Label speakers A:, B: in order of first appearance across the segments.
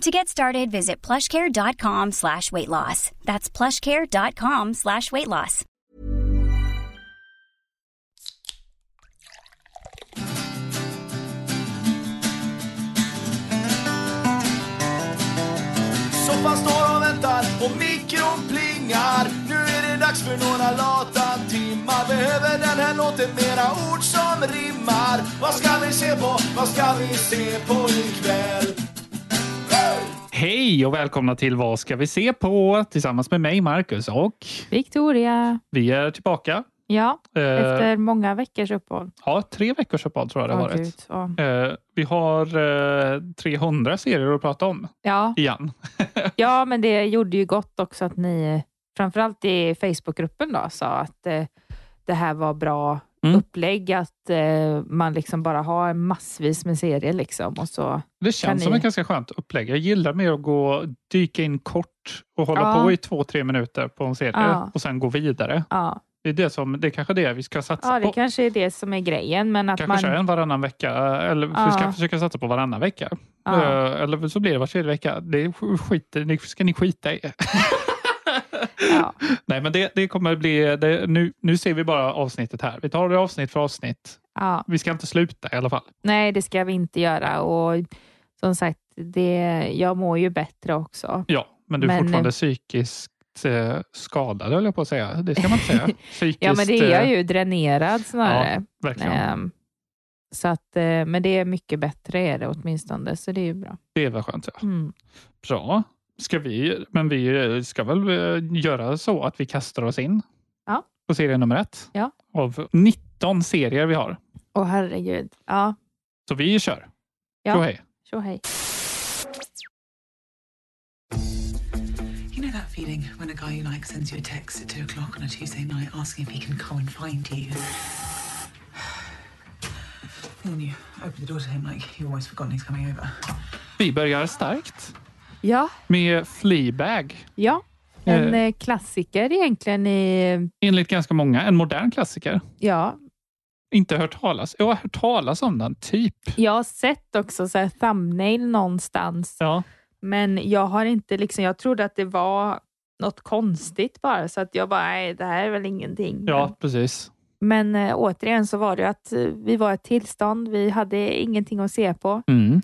A: To get started, visit plushcare.com slash weight loss. That's plushcare.com slash weight loss.
B: Soffan står och väntar och mikron plingar. Nu är det dags för några lata timmar. Behöver den här låten mera ord som rimmar. Vad ska vi se på? Vad ska vi se på ikväll?
C: Hej och välkomna till Vad ska vi se på? Tillsammans med mig, Marcus och
D: Victoria.
C: vi är tillbaka.
D: Ja,
C: Eh,
D: efter många veckors uppehåll.
C: Ja, tre veckors uppehåll tror jag det har
D: Åh,
C: varit.
D: gud, ja.
C: Eh, vi har eh, 300 serier att prata om
D: Ja.
C: igen.
D: ja, men det gjorde ju gott också att ni, framförallt i Facebookgruppen, då, sa att eh, det här var bra
C: Mm.
D: upplägg. Att eh, man liksom bara har massvis med serier. Liksom, och så.
C: Det känns
D: Kan
C: som
D: ni-
C: ett ganska skönt upplägg. Jag gillar mer att gå, dyka in kort och hålla
D: Ja.
C: på i två, tre minuter på en serie
D: Ja.
C: och sen gå vidare.
D: Ja.
C: Det är, det som, det är kanske det vi ska satsa
D: ja, det
C: på.
D: kanske är det som är grejen. Men att
C: Kanske
D: man,
C: köra en varannan vecka, eh, eller vi ska
D: Ja.
C: försöka satsa på varannan vecka.
D: ja.
C: Eh, Eller så blir det var tredje vecka. Det sk- skiter, det ska ni skita i.
D: Ja.
C: Nej, men det, det kommer bli... Det, nu, nu ser vi bara avsnittet här. Vi tar det avsnitt för avsnitt.
D: Ja.
C: Vi ska inte sluta i alla fall.
D: Nej, det ska vi inte göra. Och som sagt, det, jag mår ju bättre också.
C: Ja, men du är
D: Men,
C: fortfarande
D: eh,
C: psykiskt eh, skadad, höll jag på att säga. Det ska man inte säga. Psykiskt,
D: Ja, men det är jag
C: eh,
D: ju. Dränerad snarare.
C: Verkligen.
D: Ehm, så att, eh, men det är mycket bättre är det åtminstone, så det är ju bra.
C: Det var skönt. Ja.
D: Mm.
C: Bra. Ska vi, men vi ska väl eh, göra så att vi kastar oss in
D: Ja.
C: på serie nummer ett
D: Ja.
C: av 19 serier vi har.
D: Åh herregud. Ja,
C: Så vi kör.
D: Ja.
C: Tjo hej.
D: så hej.
E: You know that feeling when a guy you like sends you a text at two o'clock on a Tuesday night asking if he can come and find you? And then you open the door to him like you've always forgotten he's coming over.
C: Vi börjar starkt
D: Ja,
C: med Fleabag.
D: ja. En
C: Eh.
D: eh, klassiker egentligen i...
C: Enligt ganska många, en modern klassiker.
D: Ja,
C: Inte hört talas. Jag har hört talas om den, typ.
D: jag har sett också så här thumbnail någonstans,
C: Ja.
D: men jag har inte liksom... Jag trodde att det var något konstigt bara, så att jag bara, nej, det här är väl ingenting.
C: Ja, precis.
D: Men eh, återigen så var det ju att eh, vi var i ett tillstånd, vi hade ingenting att se på.
C: Mm.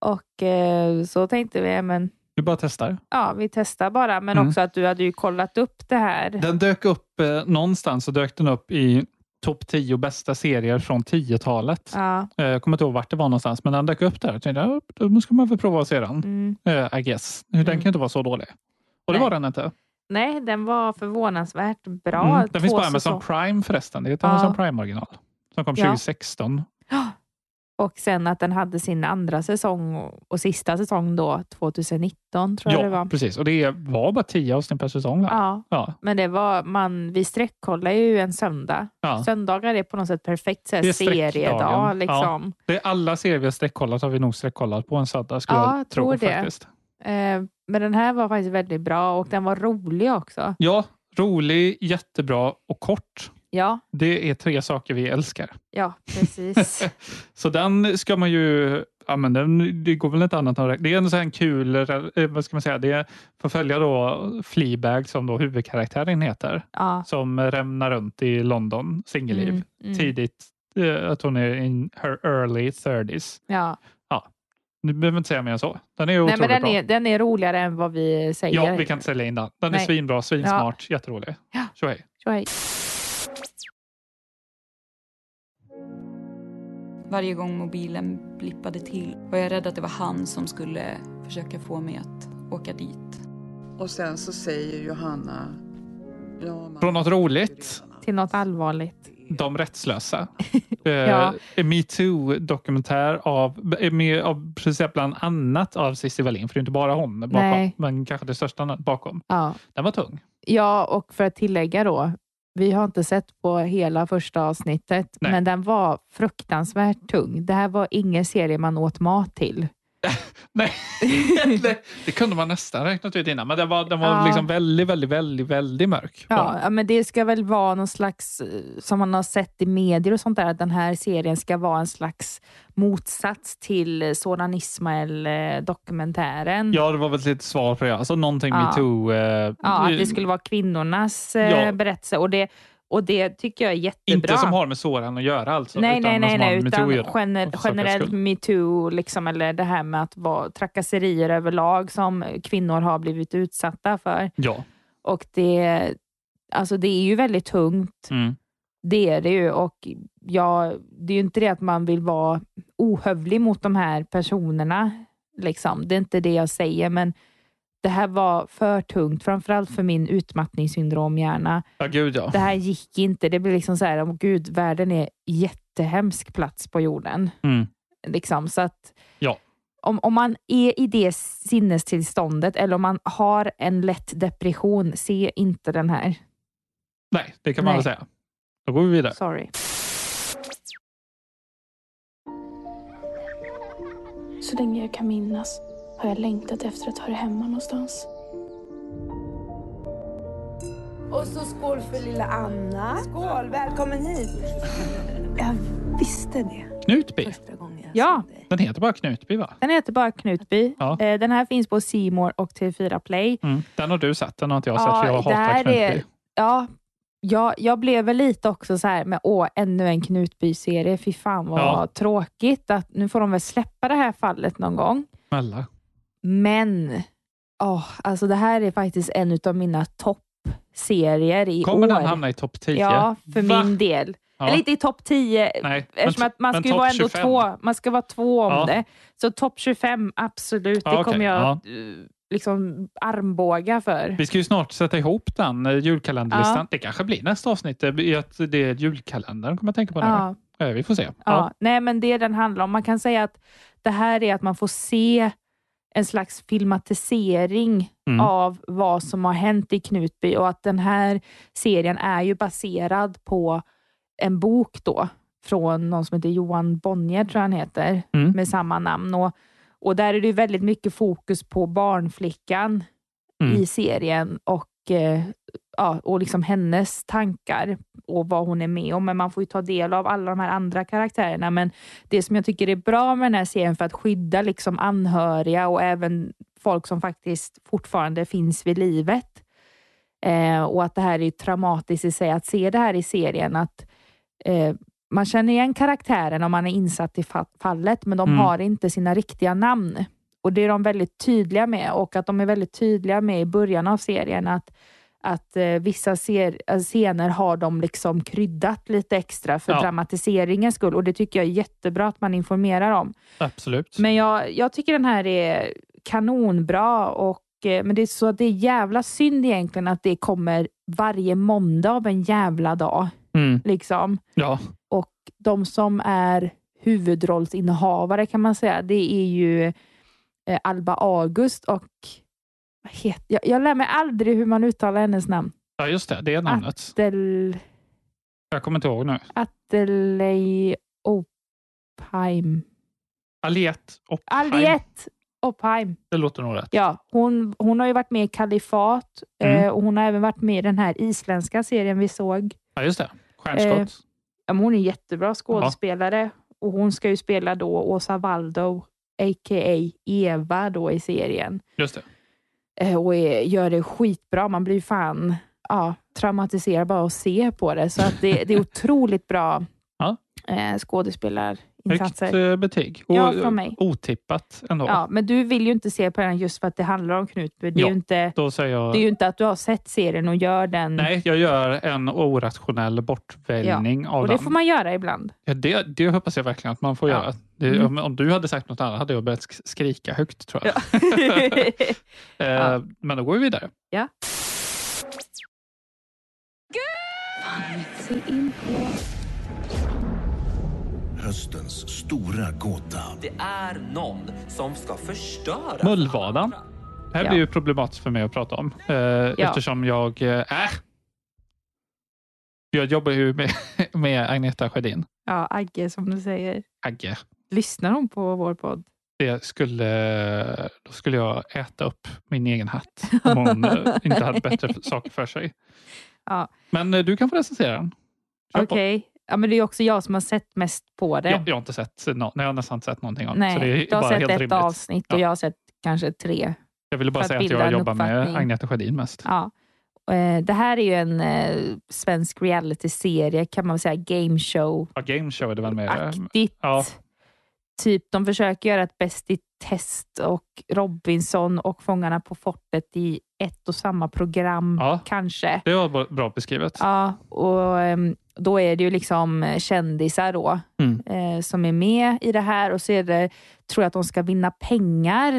D: Och eh, så tänkte vi, men
C: Vi bara testar.
D: ja, vi testar bara. Men
C: Mm.
D: också att du hade ju kollat upp det här.
C: Den dök upp eh, någonstans så dök den upp i topp 10 bästa serier från 10-talet.
D: Ja,
C: Eh, Jag kommer inte ihåg vart det var någonstans, men den dök upp där. Jag tänkte, "Ja, då ska man väl prova att se den.
D: mm.
C: Eh, I guess. Den
D: Mm.
C: kan inte vara så dålig. Och det var
D: Nej.
C: den inte.
D: Nej, den var förvånansvärt bra.
C: Mm. Den
D: Två
C: finns på Amazon
D: säsonger.
C: Prime förresten. Det är ett
D: Ja.
C: Amazon Prime-original. Som kom
D: Ja.
C: 2016.
D: Och sen att den hade sin andra säsong och- och sista säsong då, 2019 tror jag det var.
C: precis. Och det var bara 10 avsnitt per säsong. Va?
D: Ja,
C: Ja.
D: men det var, man, vi sträckkollar ju en söndag.
C: Ja.
D: Söndagar är på något sätt perfekt så
C: Det är
D: här,
C: sträckdagen. Ja.
D: seriedag. Liksom.
C: Det är alla serier vi har sträckkollat har vi nog sträckkollat på en söndag skulle
D: Ja,
C: jag
D: jag
C: tro.
D: tror det.
C: Faktiskt.
D: Eh, Men den här var faktiskt väldigt bra och den var rolig också.
C: Ja, rolig, jättebra och kort.
D: Ja,
C: Det är tre saker vi älskar.
D: ja precis.
C: Så den ska man ju... Ja, men den, det går väl inte annat än att räkna. Det är en sån här kul... eh, Vad ska man säga? Det är, får följa då Fleabag som då huvudkaraktären heter.
D: ja.
C: Som rämnar runt i London, singelliv.
D: Mm, mm.
C: Tidigt, eh, att hon är in her early 30s.
D: ja.
C: Nu behöver vi inte säga mer än så. Den är
D: Nej,
C: otroligt
D: men den
C: bra.
D: är, den är roligare än vad vi säger.
C: Ja, vi kan inte sälja in den. Den är
D: Nej.
C: svinbra, svinsmart, jätterolig.
D: Ja.
C: Så hej.
D: Så hej.
F: Varje gång mobilen blippade till var jag rädd att det var han som skulle försöka få mig att åka dit.
G: Och sen så säger Johanna... Ja, mamma,
C: Från något roligt,
D: Till något allvarligt.
C: De rättslösa.
D: Ja.
C: eh, Metoo-dokumentär av, eh, med, av precis bland annat av Cissi Wallin, för det är inte bara hon bakom,
D: Nej.
C: men kanske det största bakom.
D: Ja.
C: Den var tung.
D: ja, och för att tillägga då, Vi har inte sett på hela första avsnittet,
C: Nej.
D: men den var fruktansvärt tung. Det här var ingen serie man åt mat till.
C: Nej, det, det kunde man nästan räknat ut innan. Men den var, den var
D: Ja.
C: liksom väldigt, väldigt, väldigt, väldigt mörk.
D: Ja, ja, men det ska väl vara någon slags, eh, som man har sett i medier och sånt där, att den här serien ska vara en slags motsats till eh, Soran Ismail-dokumentären.
C: Ja, det var väl ett svar på det. Alltså någonting
D: Ja.
C: metoo. Eh,
D: Ja, att
C: eh,
D: det skulle vara kvinnornas eh,
C: Ja.
D: berättelse. Och det, och det tycker jag är jättebra.
C: inte som har med Soran att göra alltså.
D: nej, nej, nej,
C: som har
D: nej,
C: med metoo att
D: utan
C: göra.
D: gener,
C: För sakens
D: generellt
C: skull.
D: metoo, liksom, eller det här med att vara trakasserier överlag som kvinnor har blivit utsatta för.
C: Ja.
D: Och det, alltså det är ju väldigt tungt,
C: Mm.
D: det är det ju. Och jag, det är ju inte det att man vill vara ohövlig mot de här personerna. Liksom. Det är inte det jag säger, men det här var för tungt, framförallt för min utmattningssyndromhjärna.
C: ja, gud ja.
D: Det här gick inte. Det blev liksom så här, oh, gud, världen är jättehemsk plats på jorden.
C: Mm.
D: Liksom, så att
C: Ja.
D: om, om man är i det sinnestillståndet eller om man har en lätt depression, se inte den här.
C: Nej, det kan man
D: Nej.
C: väl säga. Då går vi vidare.
D: Sorry.
H: Så länge jag kan minnas har jag längtat efter att höra hemma någonstans.
I: Och så skål för lilla Anna. Skål, välkommen hit. Jag visste det
C: Knutby.
I: första gången jag
D: Ja.
I: såg dig.
C: Den heter bara Knutby va?
D: Den heter bara Knutby.
C: Ja.
D: Eh, Den här finns på C More och TV4 Play.
C: Mm. Den har du sett, den har inte jag
D: Ja,
C: sett för jag
D: det här
C: hatar Knutby.
D: är- Ja, jag, jag blev väl lite också så här med åh, ännu en Knutby-serie. Fy fan vad
C: Ja.
D: tråkigt. Att, nu får de väl släppa det här fallet någon gång.
C: Snälla.
D: Men, åh, alltså det här är faktiskt en av mina toppserier i
C: Kommer
D: år.
C: den hamna i topp 10?
D: Ja, för
C: Va?
D: min del.
C: Ja.
D: Eller inte i topp 10,
C: Nej,
D: eftersom
C: men-
D: att man
C: men
D: ska ju
C: topp
D: vara ändå
C: 25.
D: två, man ska vara två om
C: Ja.
D: det. Så topp 25, absolut.
C: Ja,
D: det
C: okej,
D: kommer jag
C: ja.
D: eh, liksom armbåga för.
C: Vi ska ju snart sätta ihop den eh, julkalenderlistan. Det kanske blir nästa avsnitt. eh, i Att det är julkalendern kommer jag tänka på nu.
D: Ja,
C: Eh, Vi får se. Ja.
D: ja. Nej, men det den handlar om. Man kan säga att det här är att man får se en slags filmatisering
C: Mm.
D: av vad som har hänt i Knutby och att den här serien är ju baserad på en bok då från någon som heter Johan Bonnier, tror jag han heter,
C: Mm.
D: med samma namn. Och, och där är det ju väldigt mycket fokus på barnflickan
C: Mm.
D: i serien och, eh, ja, och liksom hennes tankar och vad hon är med om. Men man får ju ta del av alla de här andra karaktärerna. Men det som jag tycker är bra med den här serien för att skydda liksom anhöriga och även folk som faktiskt fortfarande finns vid livet. Eh, och att det här är traumatiskt i sig, att se det här i serien, att eh, man känner igen karaktären om man är insatt i fa- fallet, men de
C: Mm.
D: har inte sina riktiga namn. Och det är de väldigt tydliga med och att de är väldigt tydliga med i början av serien att, att eh, vissa ser, eh, scener har de liksom kryddat lite extra för
C: Ja.
D: dramatiseringens skull och det tycker jag är jättebra att man informerar om.
C: Absolut.
D: Men jag, jag tycker den här är kanonbra. Och, eh, men det är så att det är jävla synd egentligen att det kommer varje måndag av en jävla dag.
C: Mm.
D: Liksom.
C: Ja.
D: Och de som är huvudrollsinnehavare kan man säga, det är ju eh, Alba August och vad heter, jag, jag lär mig aldrig hur man uttalar hennes namn.
C: ja, just det. Det
D: Ah.
C: är namnet.
D: Del,
C: Jag kommer inte ihåg nu.
D: Adelei Opheim.
C: Aliet Opheim.
D: Aliette Opheim.
C: Det låter nog rätt.
D: Ja, hon, hon har ju varit med i Kalifat
C: Mm.
D: eh, och hon har även varit med i den här isländska serien vi såg.
C: Ja, just det. Stjärnskott.
D: Ja, men hon är en jättebra skådespelare och hon ska ju spela då Åsa Waldo, a.k.a. Eva då i serien.
C: Just det.
D: Eh, och är, gör det skitbra. Man blir ju fan ja, traumatiserad bara att se på det. Så att det, det är otroligt bra
C: Ja.
D: eh,
C: Högt
D: skådespelarinsatser.
C: eh, betyg. Och, eh,
D: Ja, från mig.
C: Otippat ändå.
D: Ja, men du vill ju inte se på den just för att det handlar om Knutby. Det är
C: Ja.
D: ju inte...
C: Då säger jag...
D: Det är ju inte att du har sett serien och gör den.
C: Nej, jag gör en orationell bortväljning av
D: och
C: den.
D: det får man göra ibland.
C: Ja, det, det hoppas jag verkligen att man får
D: Ja.
C: göra. Det,
D: Mm.
C: om, om du hade sagt något annat hade jag börjat sk- skrika högt tror jag. Eh,
D: Ja.
C: Men då går vi vidare.
D: Ja.
J: Höstens stora gåta.
K: Det är någon som ska förstöra.
C: Mullvadan. Det här
D: Ja.
C: blir ju problematiskt för mig att prata om eh, eftersom jag eh, är äh! Jag jobbar ju med, med Agneta Sjödin.
D: Ja, Agge som du säger.
C: Agge.
D: Lyssnar hon på vår podd?
C: Det skulle, då skulle jag äta upp min egen hatt om hon eh, inte hade bättre saker för sig.
D: Ja.
C: Men eh, du kan få recensera den. Kör på.
D: Okej. Ja, men det är ju också jag som har sett mest på det.
C: Jag, jag har inte sett, nå- nej, jag har nästan inte sett någonting av den, så det
D: Nej,
C: är
D: jag har
C: bara
D: sett
C: helt
D: ett
C: rimligt.
D: avsnitt och
C: Ja.
D: jag har sett kanske tre.
C: Jag ville bara
D: för att
C: säga att
D: bilda
C: jag
D: en
C: jobbar med
D: uppfattning.
C: Agneta Sjödin mest.
D: Ja. Eh, Det här är ju en eh, svensk reality-serie, kan man väl säga, game show
C: Ja, game show är det väl mer.
D: aktigt.
C: Ehm, Ja.
D: Typ, de försöker göra ett Bäst i test och Robinson och Fångarna på fortet i ett och samma program,
C: Ja.
D: kanske.
C: Det var bra- bra beskrivet.
D: Mm, Ja, och ehm, då är det ju liksom eh, kändisar då,
C: Mm.
D: eh, som är med i det här och så är det, tror jag att de ska vinna pengar.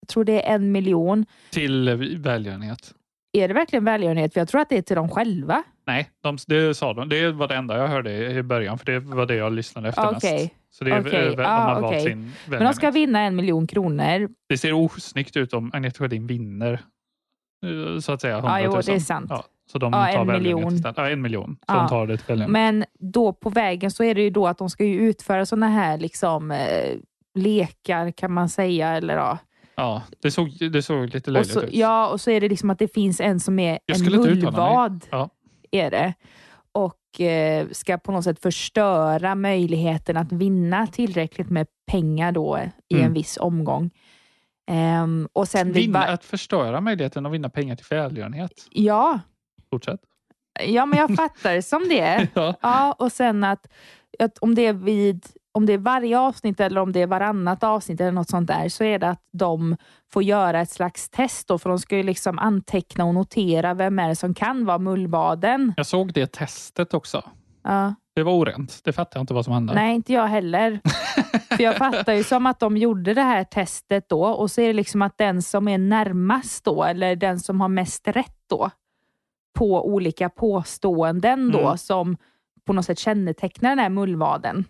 D: Jag tror det är en miljon.
C: Till eh, välgörenhet.
D: Är det verkligen välgörenhet? För jag tror att det är till dem själva.
C: Nej, de, det sa de. Det var det enda jag hörde i början, för det var det jag lyssnade efter mest.
D: Okej.
C: Så det är,
D: Okej.
C: okay. de
D: Ah,
C: har valt
D: okej.
C: sin
D: Men de
C: välgörenhet.
D: ska vinna en miljon kronor.
C: Det ser osnyggt ut om Agneta Sjödin vinner, eh, så att säga, 100
D: Ja,
C: 000.
D: jo, det är sant.
C: Ja, så de
D: Ja,
C: tar
D: en
C: välgörenhet
D: miljon.
C: istället. Ja, en miljon. Så
D: Ja.
C: de tar det till välgörenhet.
D: Men då på vägen så är det ju då att de ska ju utföra såna här liksom eh, lekar kan man säga. Eller, ja.
C: Ja, det såg, det såg lite
D: Och
C: löjligt
D: så,
C: ut.
D: ja, och så är det liksom att det finns en som är
C: Jag
D: en
C: skulle inte uttala mig.
D: mullvad.
C: Ja.
D: Är det. Och eh, ska på något sätt förstöra möjligheten att vinna tillräckligt med pengar då eh, i
C: Mm.
D: en viss omgång. Ehm, och sen vid
C: Vinna,
D: var-
C: att förstöra möjligheten att vinna pengar till välgörenhet.
D: ja,
C: Fortsätt.
D: ja, men jag fattar det som det är.
C: Ja.
D: Ja, och sen att, att om, det är vid, om det är varje avsnitt eller om det är varannat avsnitt eller något sånt där, så är det att de får göra ett slags test. Då, för de ska ju liksom anteckna och notera vem är det som kan vara mullvaden.
C: Jag såg det testet också.
D: Ja.
C: Det var orent. Det fattar jag inte vad som hände.
D: Nej, inte jag heller. För jag fattar ju som att de gjorde det här testet då och så är det liksom att den som är närmast då, eller den som har mest rätt då, på olika påståenden då
L: Mm.
D: som på något sätt kännetecknar den här mullvaden.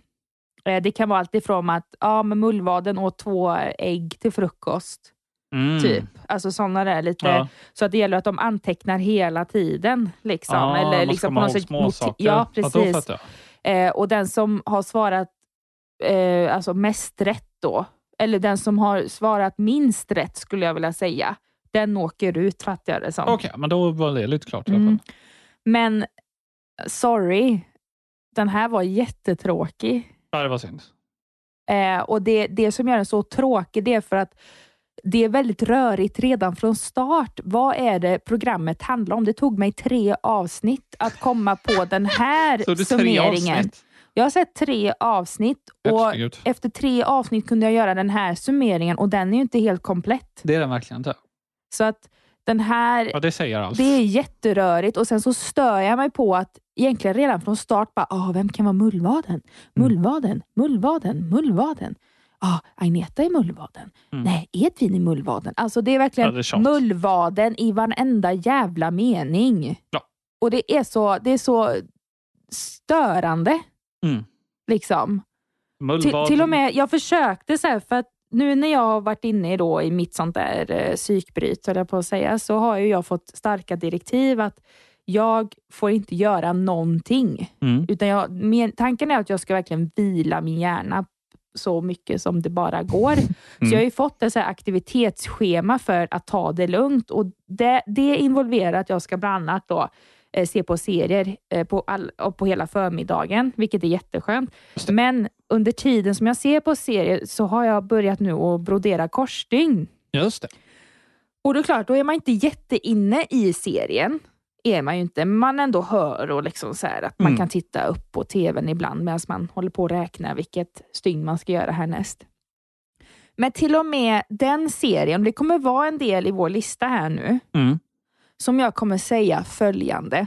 D: Eh, Det kan vara allt ifrån att ja, men mullvaden åt två ägg till frukost.
C: Mm.
D: Typ. Alltså sådana där lite.
C: Ja.
D: Så att det gäller att de antecknar hela tiden. Liksom.
C: Ah,
D: eller
C: man ska
D: liksom på
C: komma
D: något
C: ihåg
D: sätt
C: små
D: noti-
C: saker.
D: Ja,
C: Ja, då
D: precis.
C: fattar
D: eh, och den som har svarat eh, alltså mest rätt då, eller den som har svarat minst rätt skulle jag vilja säga, den åker ut fattar jag det som.
C: Okej, men då var det lite klart i alla
D: Mm.
C: fall.
D: Men sorry, den här var jättetråkig.
C: Ja, det var synd.
D: Eh, och det, det som gör den så tråkig det är för att det är väldigt rörigt redan från start. Vad är det programmet handlar om? Det tog mig tre avsnitt att komma på den här
C: Så det är tre
D: summeringen.
C: avsnitt?
D: Jag har sett tre avsnitt och
C: Herregud.
D: efter tre avsnitt kunde jag göra den här summeringen och den är ju inte helt komplett.
C: Det är den verkligen inte.
D: Så att den här
C: Ja, det säger allt.
D: det är jätterörigt och sen så stör jag mig på att egentligen redan från start bara, ah, vem kan vara mullvaden?
L: Mm.
D: Mullvaden, mullvaden, mullvaden. Ah, Agneta är mullvaden.
L: Mm.
D: Nej, Edvin är mullvaden. Alltså det är verkligen
L: Ja, det är tjat.
D: mullvaden i varenda jävla mening.
C: Ja.
D: Och det är så, det är så störande.
C: Mm.
D: Liksom. Till,
C: Mullvad.
D: till och med, jag försökte så här, för att nu när jag har varit inne i då, i mitt sånt där eh, psykbryt, höll jag på att säga, så har ju jag fått starka direktiv att jag får inte göra någonting.
C: Mm.
D: Utan jag, men, tanken är att jag ska verkligen vila min hjärna så mycket som det bara går. Så jag har ju fått ett så här aktivitetsschema för att ta det lugnt och det, det involverar att jag ska bland annat då, eh, se på serier eh, på, all, och på hela förmiddagen, vilket är jätteskönt. Men under tiden som jag ser på serier så har jag börjat nu att brodera korsstygn.
C: Just det.
D: Och då är det klart, då är man inte jätteinne i serien. Är man ju inte. Men man ändå hör och liksom så här att man
L: Mm.
D: kan titta upp på tvn ibland medan man håller på att räkna vilket stygn man ska göra härnäst. Men till och med den serien, det kommer vara en del i vår lista här nu,
C: Mm.
D: som jag kommer säga följande.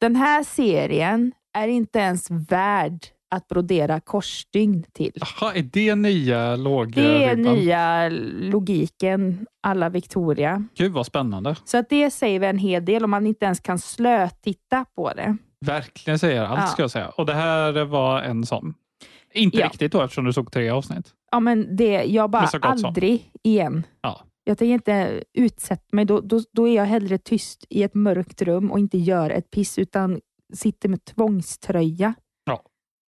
D: Den här serien är inte ens värd att brodera korsstygn till.
C: Jaha, är det nya lågribban?
D: Det är nya logiken alla Victoria.
C: Gud vad spännande.
D: Så att det säger vi en hel del om man inte ens kan slötitta på det.
C: Verkligen säger allt
D: Ja.
C: ska jag säga. Och det här var en sån. Inte
D: Ja.
C: riktigt då eftersom du såg tre avsnitt.
D: Ja, men det, jag bara
C: Men så gott som.
D: aldrig igen.
C: Ja.
D: Jag tänker inte utsätta mig. Då, då, då är jag hellre tyst i ett mörkt rum och inte gör ett piss, utan sitter med tvångströja.
C: Ja.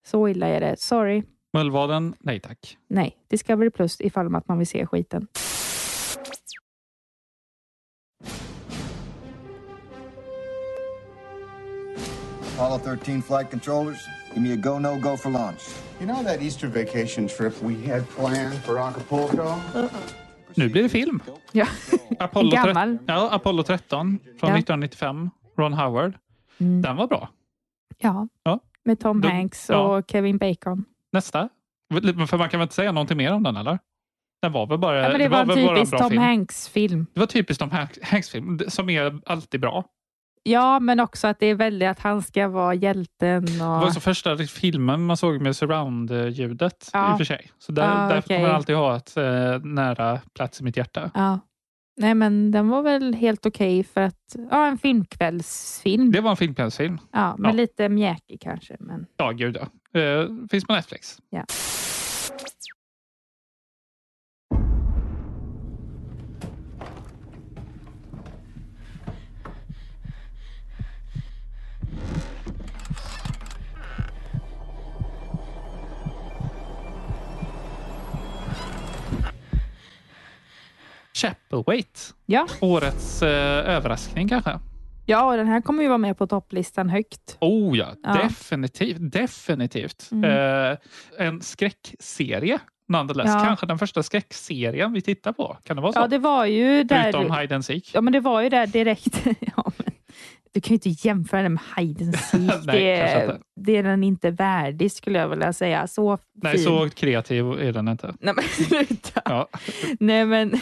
D: Så illa är det. Sorry.
C: Mullvaden, nej tack.
D: Nej, Discovery Plus ifall att man vill se skiten.
L: Apollo 13 flight controllers, give me a go no go for launch.
M: You know that Easter vacation trip we had planned for Acapulco?
C: Nu blir det film.
D: Ja.
C: Apollo,
D: Gammal.
C: tret- ja, Apollo 13 från
D: Ja.
C: 1995. Ron Howard. Den var bra.
D: Mm. Ja.
C: Ja.
D: Med Tom
C: Då-
D: Hanks och
C: ja. Eh,
D: Kevin Bacon.
C: Nästa. För man kan väl inte säga någonting mer om den eller? Den var väl bara...
D: Ja, men det, var en
C: väl bara
D: typisk
C: bra
D: Tom
C: film.
D: Hanks-film.
C: Det var typiskt Tom Hanks- Hanks film, d- som är alltid bra.
D: Ja, men också att det är väldigt att han ska vara hjälten.
C: Det
D: Och...
C: var också första filmen man såg med surround-ljudet
D: Ja.
C: i och för sig. Så där,
D: Ja,
C: därför
D: okej.
C: kommer jag alltid ha ett eh, nära plats i mitt hjärta.
D: Ja. Nej, men den var väl helt okej för att... Ja, en filmkvällsfilm.
C: Det var en filmkvällsfilm.
D: Ja, men
C: Ja.
D: lite mjäkig kanske. Men...
C: Ja, gud ja. Eh, finns på Netflix.
D: Ja.
C: Chapelwaite.
D: Ja.
C: Årets eh, överraskning kanske.
D: ja, och den här kommer ju vara med på topplistan högt.
C: Oh ja,
D: Ja. Mm.
C: definitivt. definitivt. Eh, en skräckserie, nonetheless.
D: Ja.
C: Kanske den första skräckserien vi tittar på. Kan det vara så?
D: Ja, det var ju där...
C: Förutom Hide and Seek.
D: Ja, men det var ju där direkt. ja, men... Du kan ju inte jämföra den med Hide and Seek.
C: Nej,
D: det,
C: kanske
D: är,
C: inte.
D: det är den inte värdig, skulle jag vilja säga. Så
C: Nej,
D: fin.
C: så kreativ är den inte.
D: Nej, men sluta.
C: Ja.
D: Nej, men,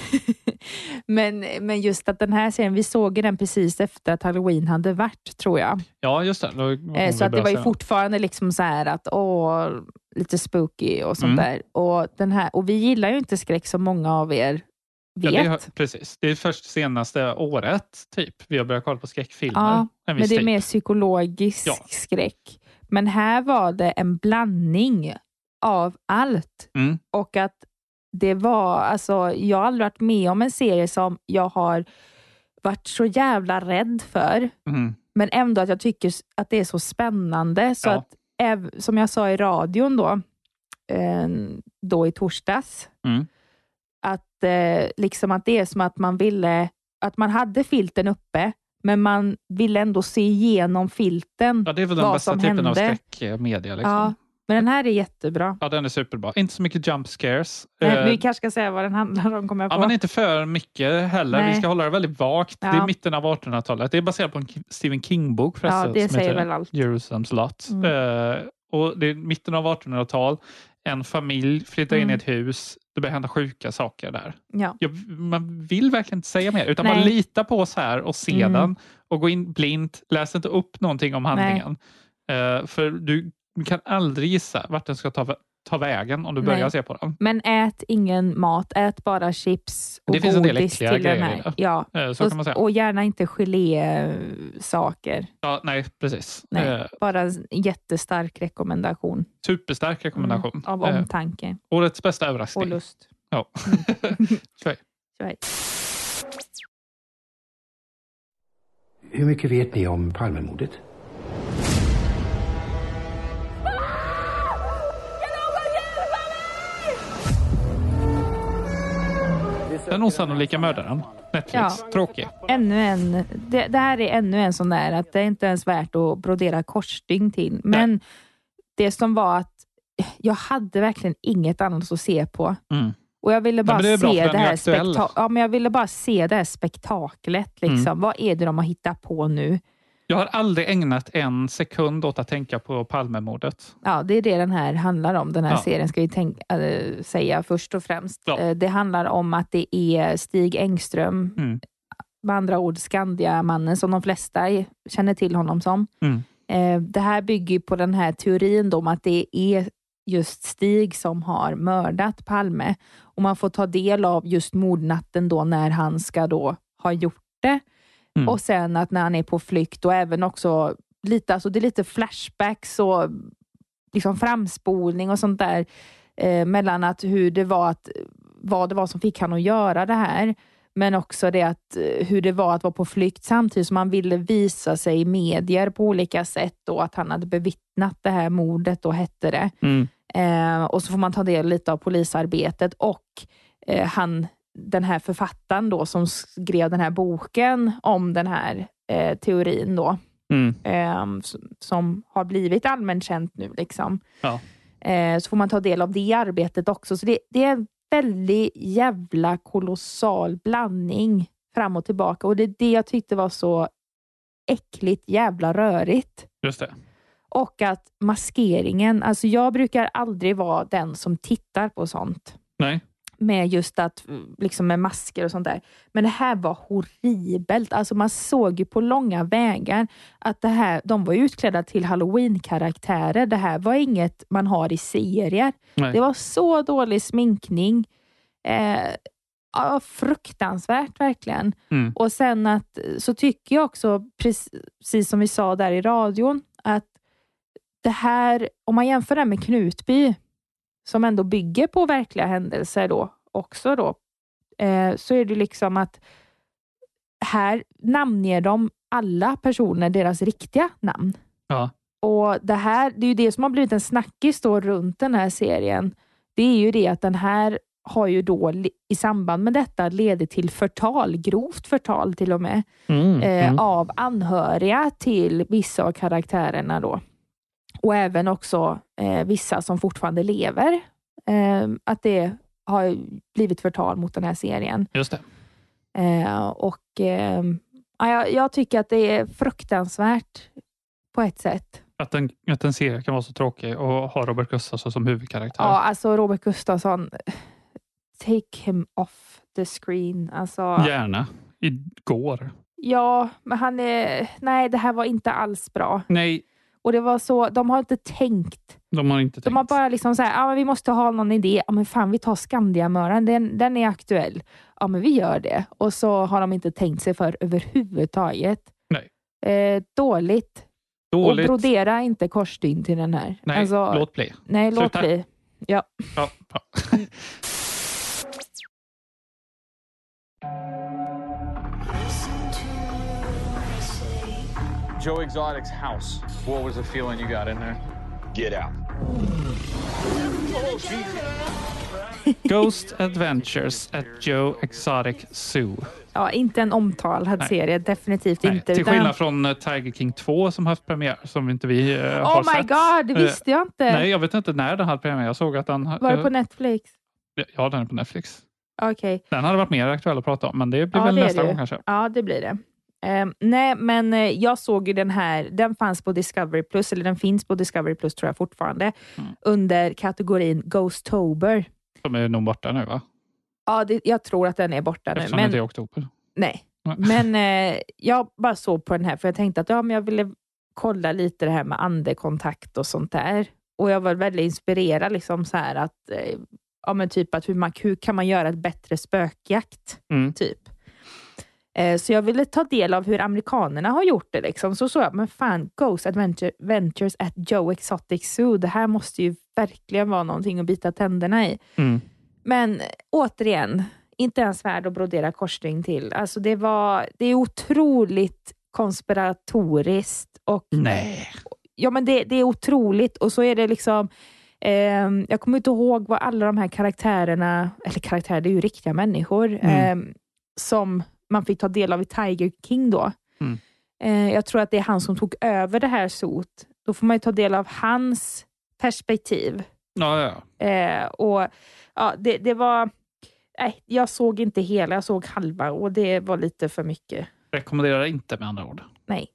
D: men, men just att den här serien, vi såg ju den precis efter att halloween hade varit, tror jag.
C: ja, just det. Då kommer
D: Eh,
C: vi
D: så att det
C: börja
D: var ju
C: säga.
D: fortfarande liksom så här att åh, lite spooky och sånt
C: Mm.
D: där. Och, den här, och vi gillar ju inte skräck som många av er
C: Ja,
D: vet.
C: det är, precis. Det är först senaste året typ vi har börjat kolla på skräckfilmer.
D: Ja,
C: en
D: men
C: viss
D: det är
C: typ.
D: mer psykologisk
C: Ja.
D: skräck. Men här var det en blandning av allt.
C: Mm.
D: Och att det var, alltså, jag har aldrig varit med om en serie som jag har varit så jävla rädd för.
C: Mm.
D: Men ändå att jag tycker s- att det är så spännande. Så
C: Ja.
D: att, äv- som jag sa i radion då, eh, då i torsdags,
C: Mm.
D: att, eh, liksom att det är som att man ville att man hade filten uppe, men man ville ändå se igenom filten.
C: Ja, det är väl den
D: vad
C: bästa
D: som
C: typen av
D: hände.
C: skräckmedia. Liksom.
D: Ja,
C: Ja.
D: men den här är jättebra.
C: den är superbra. Inte så mycket jump scares.
D: Nej,
C: Eh,
D: vi kanske ska säga vad den handlar om, kommer jag på.
C: Ja, men inte för mycket heller.
D: Nej.
C: Vi ska hålla det väldigt vagt. Det
D: Ja.
C: är mitten av 1800-talet. Det är baserat på en Ki- Stephen King-bok förresten.
D: Ja, det
C: som
D: säger
C: heter
D: väl allt.
C: Jerusalem's Lot.
D: Mm.
C: Eh, och det är mitten av 1800-tal. En familj flyttar in i
D: Mm.
C: ett hus. Det börjar hända sjuka saker där.
D: Ja.
C: Jag, man vill verkligen inte säga mer, utan man
D: Nej.
C: litar på så här och ser
D: Mm.
C: den och går in blint. Läs inte upp någonting om handlingen. Eh, för du kan aldrig gissa vart den ska ta, vä- ta vägen om du börjar
D: Nej.
C: se på den.
D: Men ät ingen mat, ät bara chips och
C: Det finns en del
D: godis
C: äckliga
D: till den
C: grejer i
D: här.
C: det.
D: Ja.
C: Eh, så
D: och,
C: kan man säga.
D: och gärna inte gelésaker.
C: Ja, nej, precis.
D: Nej,
C: Eh,
D: bara en jättestark rekommendation.
C: superstark rekommendation.
D: Mm, av
C: Eh,
D: omtanke
C: årets bästa
D: och
C: överraskning.
D: lust.
C: Ja. Kör.
D: Så här.
N: Hur mycket vet ni om Palmemordet?
C: Den osannolika mördaren. Netflix.
D: Ja.
C: Tråkig.
D: Ännu en, det, det här är ännu en sån där att det är inte ens värt att brodera korsstygn till. Men det som var att jag hade verkligen inget annat att se på.
C: Mm.
D: Och jag ville bara
C: men det är bra,
D: se
C: för den
D: det
C: är
D: här
C: aktuell.
D: spekta- ja, men jag ville bara se det här spektaklet. Liksom.
C: Mm.
D: Vad är det de har hittat på nu?
C: Jag har aldrig ägnat en sekund åt att tänka på Palmemordet.
D: Ja, det är det den här handlar om. Den här
C: Ja.
D: serien ska vi tänka, eh, säga först och främst.
C: Ja.
D: Eh, det handlar om att det är Stig Engström,
C: Mm.
D: med andra ord Skandiamannen, som de flesta i- känner till honom som.
C: Mm.
D: Eh, det här bygger ju på den här teorin då om att det är just Stig som har mördat Palme. Och man får ta del av just mordnatten då när han ska då ha gjort det.
O: Mm.
D: Och sen att när han är på flykt och även också lite, alltså det är lite flashbacks och liksom framspolning och sånt där. Eh, mellan att hur det var att, vad det var som fick han att göra det här. Men också det att eh, hur det var att vara på flykt samtidigt som han ville visa sig i medier på olika sätt och att han hade bevittnat det här mordet och hette det.
C: Mm.
D: Eh, och så får man ta del lite av polisarbetet och eh, han, den här författaren då som skrev den här boken om den här eh, teorin då,
C: Mm.
D: eh, s- som har blivit allmänt känt nu. Liksom.
C: Ja.
D: Eh, så får man ta del av det arbetet också. Så det, det är en väldigt jävla kolossal blandning fram och tillbaka och det är det jag tyckte var så äckligt jävla rörigt.
C: Just det.
D: Och att maskeringen, alltså jag brukar aldrig vara den som tittar på sånt.
C: Nej.
D: Med just att, mm, liksom med masker och sånt där. Men det här var horribelt. Alltså man såg ju på långa vägar att det här, de var ju utklädda till halloween-karaktärer. Det här var inget man har i serier.
C: Nej.
D: Det var så dålig sminkning. Eh, ja, fruktansvärt verkligen.
C: Mm.
D: Och sen att, så tycker jag också, precis som vi sa där i radion, att det här, om man jämför det här med Knutby, som ändå bygger på verkliga händelser då, också då, eh, så är det liksom att här namnger de alla personer deras riktiga namn.
C: Ja.
D: Och det här, det är ju det som har blivit en snackis då runt den här serien. Det är ju det att den här har ju då li- i samband med detta ledit till förtal, grovt förtal till och med,
C: Mm,
D: eh,
C: mm.
D: av anhöriga till vissa av karaktärerna då. Och även också eh, vissa som fortfarande lever. Eh, att det har blivit förtal mot den här serien.
C: Just det.
D: Eh, och eh, ja, jag, jag tycker att det är fruktansvärt på ett sätt.
C: Att en, att en serie kan vara så tråkig och ha Robert Gustafsson som huvudkaraktär.
D: Ja, alltså Robert Gustafsson, take him off the screen. Alltså,
C: Gärna. Igår.
D: Ja, men han är... Nej, det här var inte alls bra.
C: Nej,
D: Och det var så, de har inte tänkt.
C: de har inte
D: De har bara liksom så här, ja, men vi måste ha någon idé. Ja, men fan, vi tar Skandiamöran. Den, den är aktuell. Ja, men vi gör det. Och så har de inte tänkt sig för överhuvudtaget.
C: Nej.
D: Eh, dåligt.
C: Dåligt.
D: Och brodera inte korsstygn till den här.
C: Nej,
D: Alltså,
C: låt bli.
D: Nej, låt
C: Sluta.
D: bli. Ja.
C: Ja, bra.
O: Joe Exotic's house. What was the feeling you got in there? Get out.
C: Ghost Adventures at Joe Exotic Zoo.
D: ja, inte en omtalad
C: Nej.
D: serie. Definitivt inte.
C: Till
D: utan-
C: skillnad från eh, Tiger King 2 som haft premiär som inte vi eh, har
D: Oh my
C: sett.
D: god, det visste jag inte.
C: Eh, Nej, jag vet inte när den hade premiär. Jag såg att den...
D: Var det
C: eh,
D: på Netflix?
C: Ja, den är på Netflix.
D: Okej.
C: Den hade varit mer aktuell att prata om, men det blir väl
D: det är
C: nästa
D: det ju.
C: gång kanske.
D: Ja, det blir det. Ehm, nej, men eh, jag såg ju den här. Den fanns på Discovery+, Plus eller den finns på Discovery+, Plus tror jag fortfarande,
C: Mm.
D: under kategorin Ghosttober.
C: Som är nog borta nu, va?
D: Ja, det, jag tror att den är borta
C: Eftersom det
D: nu. Men,
C: inte är i oktober.
D: Nej, men eh, jag bara såg på den här för jag tänkte att ja, men jag ville kolla lite det här med andekontakt och sånt där. Och jag var väldigt inspirerad liksom så här att, eh, ja men typ att hur, man, hur kan man göra ett bättre spökjakt?
C: Mm.
D: Typ. Eh, Så jag ville ta del av hur amerikanerna har gjort det. Liksom. Så såg jag, men fan, Ghost Adventure, Adventures at Joe Exotic Zoo. Det här måste ju verkligen vara någonting att bita tänderna i.
C: Mm.
D: Men eh, återigen, inte ens värd att brodera korsstygn till. Alltså det, var, det är otroligt konspiratoriskt. Och,
C: Nej.
D: Ja, men det, det är otroligt. Och så är det liksom... ehm, jag kommer inte ihåg vad alla de här karaktärerna, eller karaktärer, det är ju riktiga människor,
P: Mm.
D: ehm, som man fick ta del av i Tiger King då.
C: Mm.
D: Eh, jag tror att det är han som tog över det här sot. Då får man ju ta del av hans perspektiv.
C: Ja, ja, ja.
D: Eh, och ja, det, det var... Nej, jag såg inte hela, jag såg halva och det var lite för mycket.
C: Rekommenderar inte med andra ord.
D: Nej.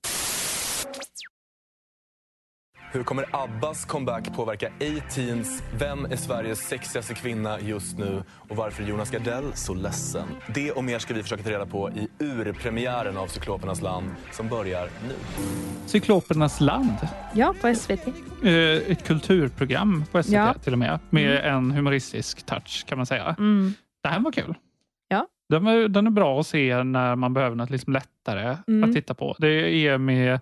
Q: Hur kommer Abbas comeback påverka A-Teens? Vem är Sveriges sexigaste kvinna just nu? Och varför är Jonas Gardell så ledsen? Det och mer ska vi försöka ta reda på i urpremiären av Cyklopernas land som börjar nu.
C: Cyklopernas land.
D: Ja, på SVT.
C: Eh, Ett kulturprogram på SVT
D: Ja.
C: till och med. Med en humoristisk touch kan man säga.
D: Mm.
C: Det här var kul.
D: Ja.
C: Den, var, den är bra att se när man behöver något liksom lättare
D: Mm.
C: att titta på. Det är med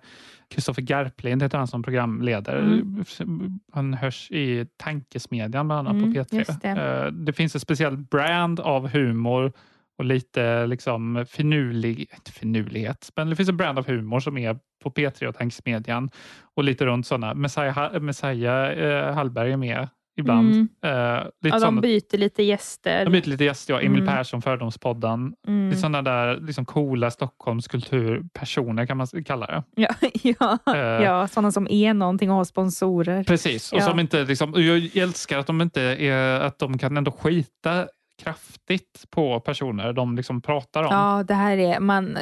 C: Kristoffer Garplind, heter han som programledare.
D: Mm.
C: Han hörs i Tankesmedjan bland annat
R: Mm,
C: på P3.
R: just det.
C: Eh, det finns ett speciellt brand av humor och lite liksom finurlig, inte finurlighet, men det finns en brand av humor som är på P3 och Tankesmedjan och lite runt sådana. Messiah, Messiah eh, Hallberg är med ibland.
D: Mm.
C: Eh, lite
D: ja, de
C: sån-
D: byter lite gäster.
C: de byter lite gäster, ja. Emil
D: Mm.
C: Persson, Fördomspodden.
D: Mm.
C: Lite sådana där liksom coola Stockholmskulturpersoner kan man kalla det.
D: Ja, ja,
C: Eh.
D: ja, sådana som är någonting och har sponsorer.
C: Precis. Och
D: Ja.
C: som inte, liksom, och jag älskar att de inte är, att de kan ändå skita kraftigt på personer de liksom pratar om.
D: Ja, det här är, man,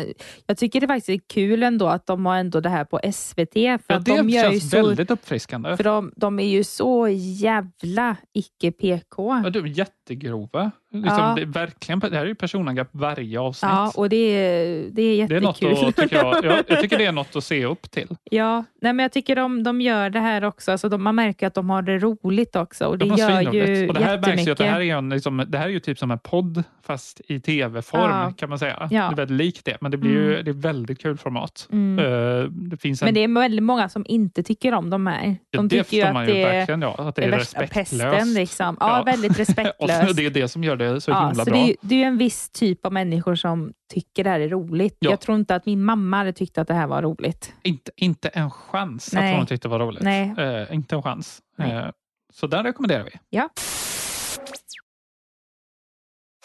D: jag tycker det faktiskt är kul ändå att de har ändå det här på SVT. För
C: Ja,
D: att
C: det
D: de gör ju
C: känns
D: så,
C: väldigt uppfriskande.
D: För de, de är ju så jävla icke PK.
C: Ja, de är jättegrova. Liksom,
D: Ja.
C: det, är verkligen, det här är ju personangrepp varje avsnitt.
D: Ja, och det är, det är
C: det är
D: jättekul.
C: något att, tycker jag, jag, jag tycker det är något att se upp till.
D: Ja, nej men jag tycker de, de gör det här också. Alltså de, man märker att de har det roligt också. Och det
C: De har
D: gör
C: svinroligt.
D: ju
C: och det här
D: jättemycket.
C: märks ju att det här, är en, liksom, det här är ju typ som en podd fast i tv-form
D: Ja.
C: kan man säga.
D: Ja.
C: Det är väldigt likt det, men det blir ju
D: Mm.
C: det är väldigt kul format.
D: Mm.
C: Eh, det finns en,
D: Men det är väldigt många som inte tycker om de här.
C: Ja,
D: De
C: det
D: tycker ju
C: får
D: att
C: man
D: det
C: ju
D: är,
C: verkligen, ja, att det är
D: värsta pesten.
C: respektlöst.
D: Liksom. Ja,
C: Ja.
D: väldigt
C: och
D: respektlöst.
C: det är det som gör det så
D: ja,
C: himla
D: så
C: bra.
D: det, är, ju- det är ju en viss typ av människor som tycker det här är roligt.
C: Ja.
D: Jag tror inte att min mamma hade tyckt att det här var roligt.
C: Inte, inte en chans
D: Nej.
C: att hon tyckte det var roligt.
D: Nej.
C: Eh, inte en chans.
D: Nej.
C: Eh, så den rekommenderar vi.
D: Ja.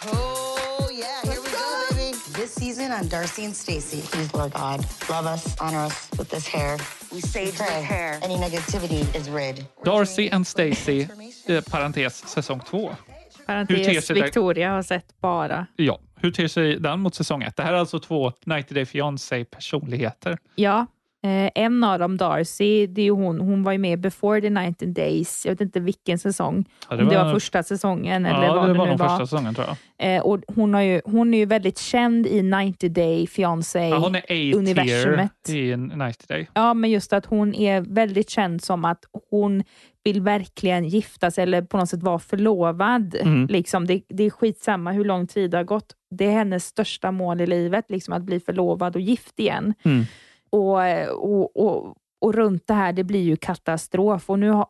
P: Oh yeah, here we go, baby. This season on Darcy and Stacy. Please, Lord God, love us, honor us with this hair. We save this hair. Any negativity is rid.
C: Darcy and Stacy, eh, parentes, säsong två. Hur ter
D: Parentes,
C: sig det-
D: Victoria har sett bara.
C: Ja. Hur ter sig den mot säsong ett? Det här är alltså två 90 Day Fiancé-personligheter.
D: Ja, eh, en av dem, Darcy, det är ju hon, hon var ju med before the 19 days. Jag vet inte vilken säsong.
C: Ja,
D: det,
C: det
D: om det
C: var-
D: var första säsongen eller
C: ja,
D: vad
C: det
D: det
C: var
D: nu
C: de
D: var.
C: första säsongen tror jag.
D: Eh, och hon, har ju, hon är ju väldigt känd i 90 Day
C: Ja, hon är A-tier
D: Fiancé-universumet.
C: i 90 Day.
D: Ja, men just att hon är väldigt känd som att hon vill verkligen giftas eller på något sätt vara förlovad.
C: Mm.
D: Liksom, det, det är skitsamma hur lång tid det har gått. Det är hennes största mål i livet, liksom att bli förlovad och gift igen.
C: Mm.
D: Och, och, och, och runt det här, det blir ju katastrof. Och nu har,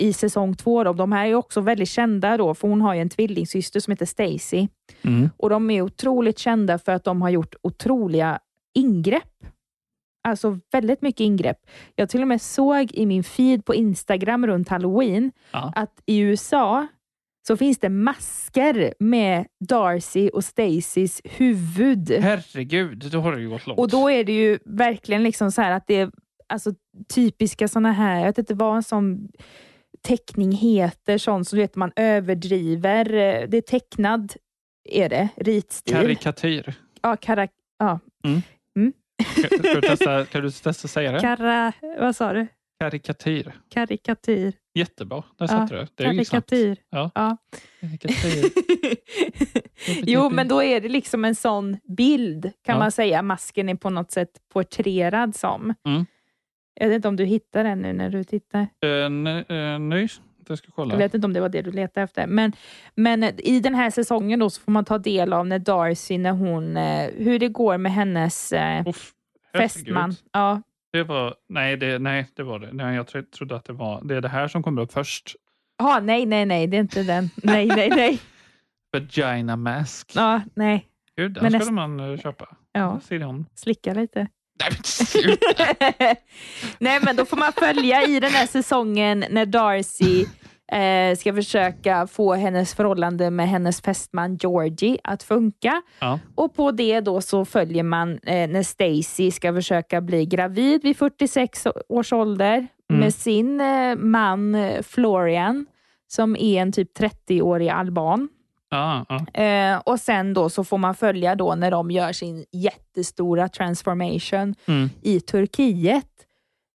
D: i säsong två, då, de här är ju också väldigt kända då, för hon har ju en tvillingsyster som heter Stacy. Och de är otroligt kända för att de har gjort otroliga ingrepp. Alltså väldigt mycket ingrepp. Jag till och med såg i min feed på Instagram runt halloween
C: Ja.
D: att i USA så finns det masker med Darcy och Stacys huvud.
C: Herregud, då har det ju gått långt.
D: Och då är det ju verkligen liksom så här att det är alltså, typiska såna här, jag vet inte vad en sån teckning heter, sånt som du vet man överdriver. Eh, Det är tecknad, är det, ritstil.
C: Karikatyr.
D: ja, kara, ja.
C: Mm.
D: Mm.
C: Ska, ska du testa, kan du testa säga det?
D: Kara, vad sa du?
C: Karikatyr.
D: Karikatyr.
C: Jättebra, där
D: Ja,
C: satte du. Det är ju snabbt.
D: karikatyr.
C: Ja.
D: Ja.
C: Karikatyr.
D: Jo, men då är det liksom en sån bild, kan
C: typ Ja.
D: man säga, masken är på något sätt porträtterad som.
C: Mm.
D: Jag vet inte om du hittar den nu när du tittar.
C: Eh, nej, eh, nej, jag ska kolla.
D: Jag vet inte om det var det du letade efter. Men, men i den här säsongen då så får man ta del av när Darcy, när hon, eh, hur det går med hennes eh,
C: herregud.
D: fästman. Ja,
C: Det var, nej, det, nej, det var det. Nej, jag tro- trodde att det var det, är det här som kommer upp först.
D: ah, nej, nej, nej, det är inte den. Nej, nej, nej.
C: Vagina mask.
D: Ja, nej.
C: Gud, den
D: men
C: skulle
D: näst-
C: man eh, köpa.
D: Ja,
C: Ser om.
D: slicka lite. Nej, men då får man följa i den här säsongen när Darcy eh, ska försöka få hennes förhållande med hennes fästman Georgie att funka.
C: Ja.
D: Och på det då så följer man eh, när Stacy ska försöka bli gravid vid 46 års ålder
C: Mm.
D: med sin eh, man eh, Florian som är en typ 30-årig alban.
C: Ja, ja.
D: Eh, och sen då så får man följa då när de gör sin jättestora transformation
C: Mm.
D: i Turkiet.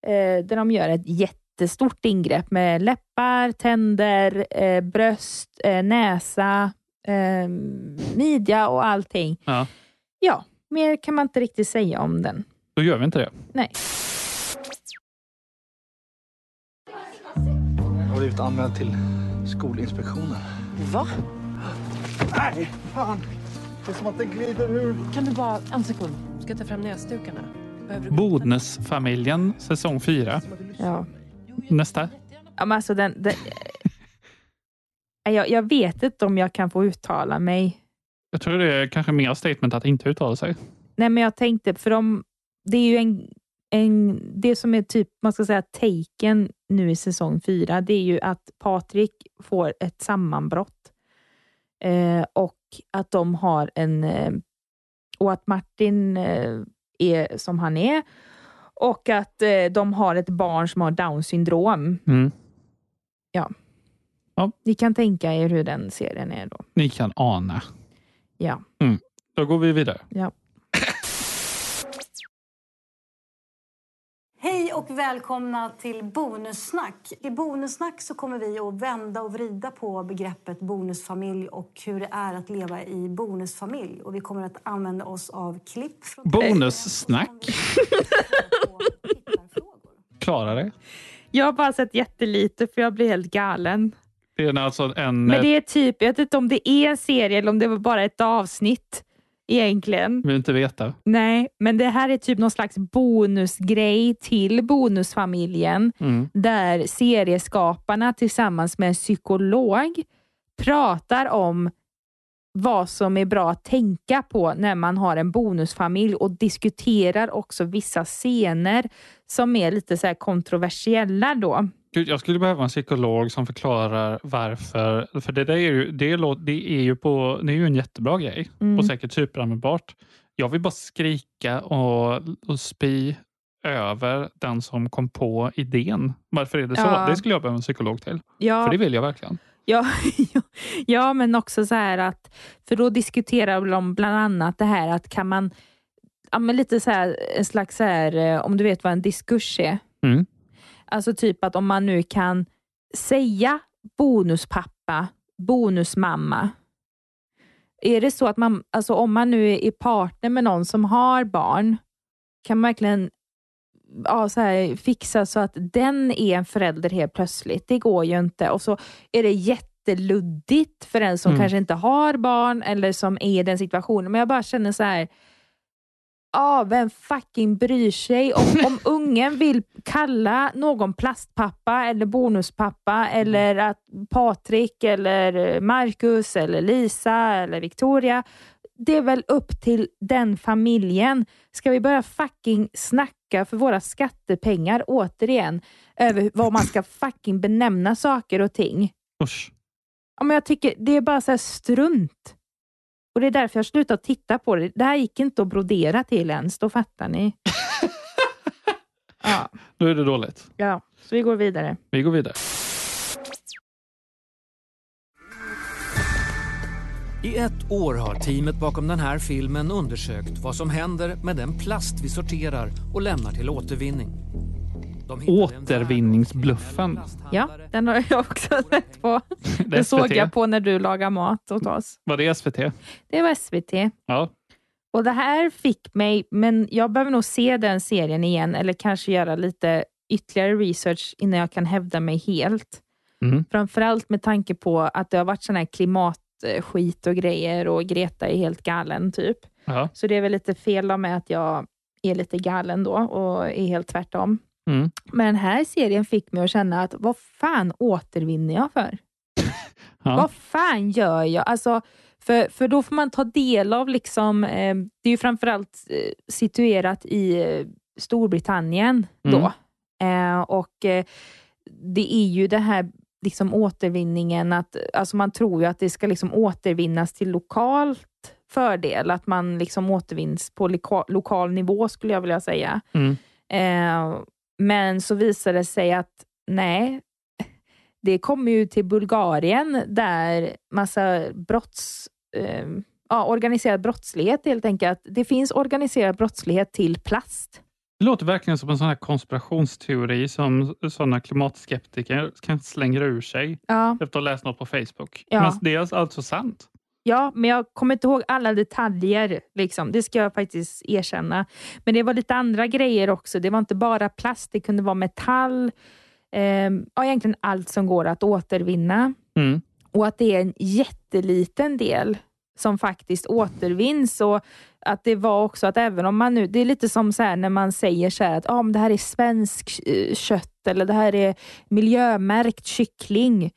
D: Eh, där de gör ett jättestort ingrepp med läppar, tänder, eh, bröst, eh, näsa, eh, midja och allting.
C: Ja.
D: Ja, mer kan man inte riktigt säga om den.
C: Då gör vi inte det.
D: Nej.
R: Jag har blivit anmäld till Skolinspektionen.
S: Va?
R: Nej, fan! Det är som att den glider ur.
S: Kan du bara, en sekund, ska jag ta fram näsdukarna? Behöver du...
C: Bodnesfamiljen, säsong fyra.
D: Ja.
C: Nästa.
D: Ja, men alltså den, den, eh, jag, jag vet inte om jag kan få uttala mig.
C: Jag tror det är kanske mer statement att inte uttala sig.
D: Nej, men jag tänkte, för de, det är ju en, en... Det som är typ, man ska säga, taken nu i säsong fyra, det är ju att Patrik får ett sammanbrott eh, och att de har en... Eh, och att Martin eh, är som han är och att eh, de har ett barn som har down syndrom.
C: Mm.
D: Ja.
C: ja.
D: Ni kan tänka er hur den serien är då.
C: Ni kan ana.
D: Ja.
C: Mm. Då går vi vidare.
D: ja.
T: Hej och välkomna till Bonussnack. I Bonussnack så kommer vi att vända och vrida på begreppet bonusfamilj och hur det är att leva i bonusfamilj. Och vi kommer att använda oss av klipp från...
C: Bonussnack. Klara det.
D: Jag har bara sett jättelite för jag blir helt galen.
C: Det är alltså en...
D: Men det är typ, jag vet inte om det är en serie eller om det var bara ett avsnitt egentligen.
C: Vill inte veta.
D: Nej, men det här är typ någon slags bonusgrej till Bonusfamiljen
C: Mm.
D: där serieskaparna tillsammans med en psykolog pratar om vad som är bra att tänka på när man har en bonusfamilj och diskuterar också vissa scener som är lite så här kontroversiella då.
C: Gud, jag skulle behöva en psykolog som förklarar varför. För det, där är, ju, det, lå- det, är, ju på, det är ju en jättebra grej
D: Mm.
C: och säkert superanvändbart. Jag vill bara skrika och, och spy över den som kom på idén. Varför är det så?
D: Ja.
C: Det skulle jag behöva en psykolog till.
D: Ja.
C: För det vill jag verkligen.
D: Ja, ja, men också så här att, för då diskuterar de bland annat det här att kan man, ja men lite så här, en slags så här, eh, om du vet vad en diskurs är.
C: Mm.
D: Alltså typ att om man nu kan säga bonuspappa, bonusmamma. Är det så att man, alltså om man nu är partner med någon som har barn, kan man verkligen ja, så här, fixa så att den är en förälder helt plötsligt. Det går ju inte. Och så är det jätteluddigt för den som
U: Mm.
D: kanske inte har barn eller som är i den situationen. Men jag bara känner så här, ja, vem fucking bryr sig? Om, om ungen vill kalla någon plastpappa eller bonuspappa eller att Patrik eller Marcus eller Lisa eller Victoria. Det är väl upp till den familjen. Ska vi börja fucking snacka för våra skattepengar återigen över vad man ska fucking benämna saker och ting?
C: Usch.
D: Ja, men jag tycker det är bara så här strunt. Och Det är därför jag slutade titta på det. Det här gick inte att brodera till ens, då fattar ni.
C: Nu är det dåligt.
D: Ja, så vi går vidare.
C: Vi går vidare.
V: I ett år har teamet bakom den här filmen undersökt vad som händer med den plast vi sorterar och lämnar till återvinning. De
C: Återvinningsbluffen.
D: Ja, den har jag också sett på.
C: är
D: Den såg
C: SVT.
D: jag på när du lagade mat åt oss.
C: Var det SVT?
D: Det var SVT.
C: Ja.
D: Och det här fick mig, men jag behöver nog se den serien igen eller kanske göra lite ytterligare research innan jag kan hävda mig helt.
C: Mm.
D: Framförallt med tanke på att det har varit sån här klimatskit och grejer och Greta är helt galen typ.
C: Ja.
D: Så det är väl lite fel av mig att jag är lite galen då och är helt tvärtom.
C: Mm.
D: Men den här serien fick mig att känna att vad fan återvinner jag för?
C: Ja.
D: Vad fan gör jag? Alltså, för, för då får man ta del av, liksom, eh, det är ju framförallt eh, situerat i eh, Storbritannien då. Eh, och eh, det är ju det här liksom återvinningen, att, alltså man tror ju att det ska liksom återvinnas till lokalt fördel, att man liksom återvinns på loka, lokal nivå skulle jag vilja säga.
C: Mm.
D: Eh, men så visade det sig att nej, det kommer ju till Bulgarien där massa brotts, eh, ja, organiserad brottslighet helt enkelt. Att Det finns organiserad brottslighet till plast.
C: Det låter verkligen som en sån här konspirationsteori som sådana klimatskeptiker kan slänga ur sig
D: Ja.
C: efter att ha läst något på Facebook.
D: Ja.
C: Men det är alltså sant.
D: Ja, men jag kommer inte ihåg alla detaljer. Liksom. Det ska jag faktiskt erkänna. Men det var lite andra grejer också. Det var inte bara plast, det kunde vara metall. Ehm, ja, egentligen allt som går att återvinna.
C: Mm.
D: Och att det är en jätteliten del som faktiskt återvinns. Och att det var också att även om man nu... Det är lite som så här när man säger så här att ah, men det här är svensk eh, kött eller det här är miljömärkt kyckling.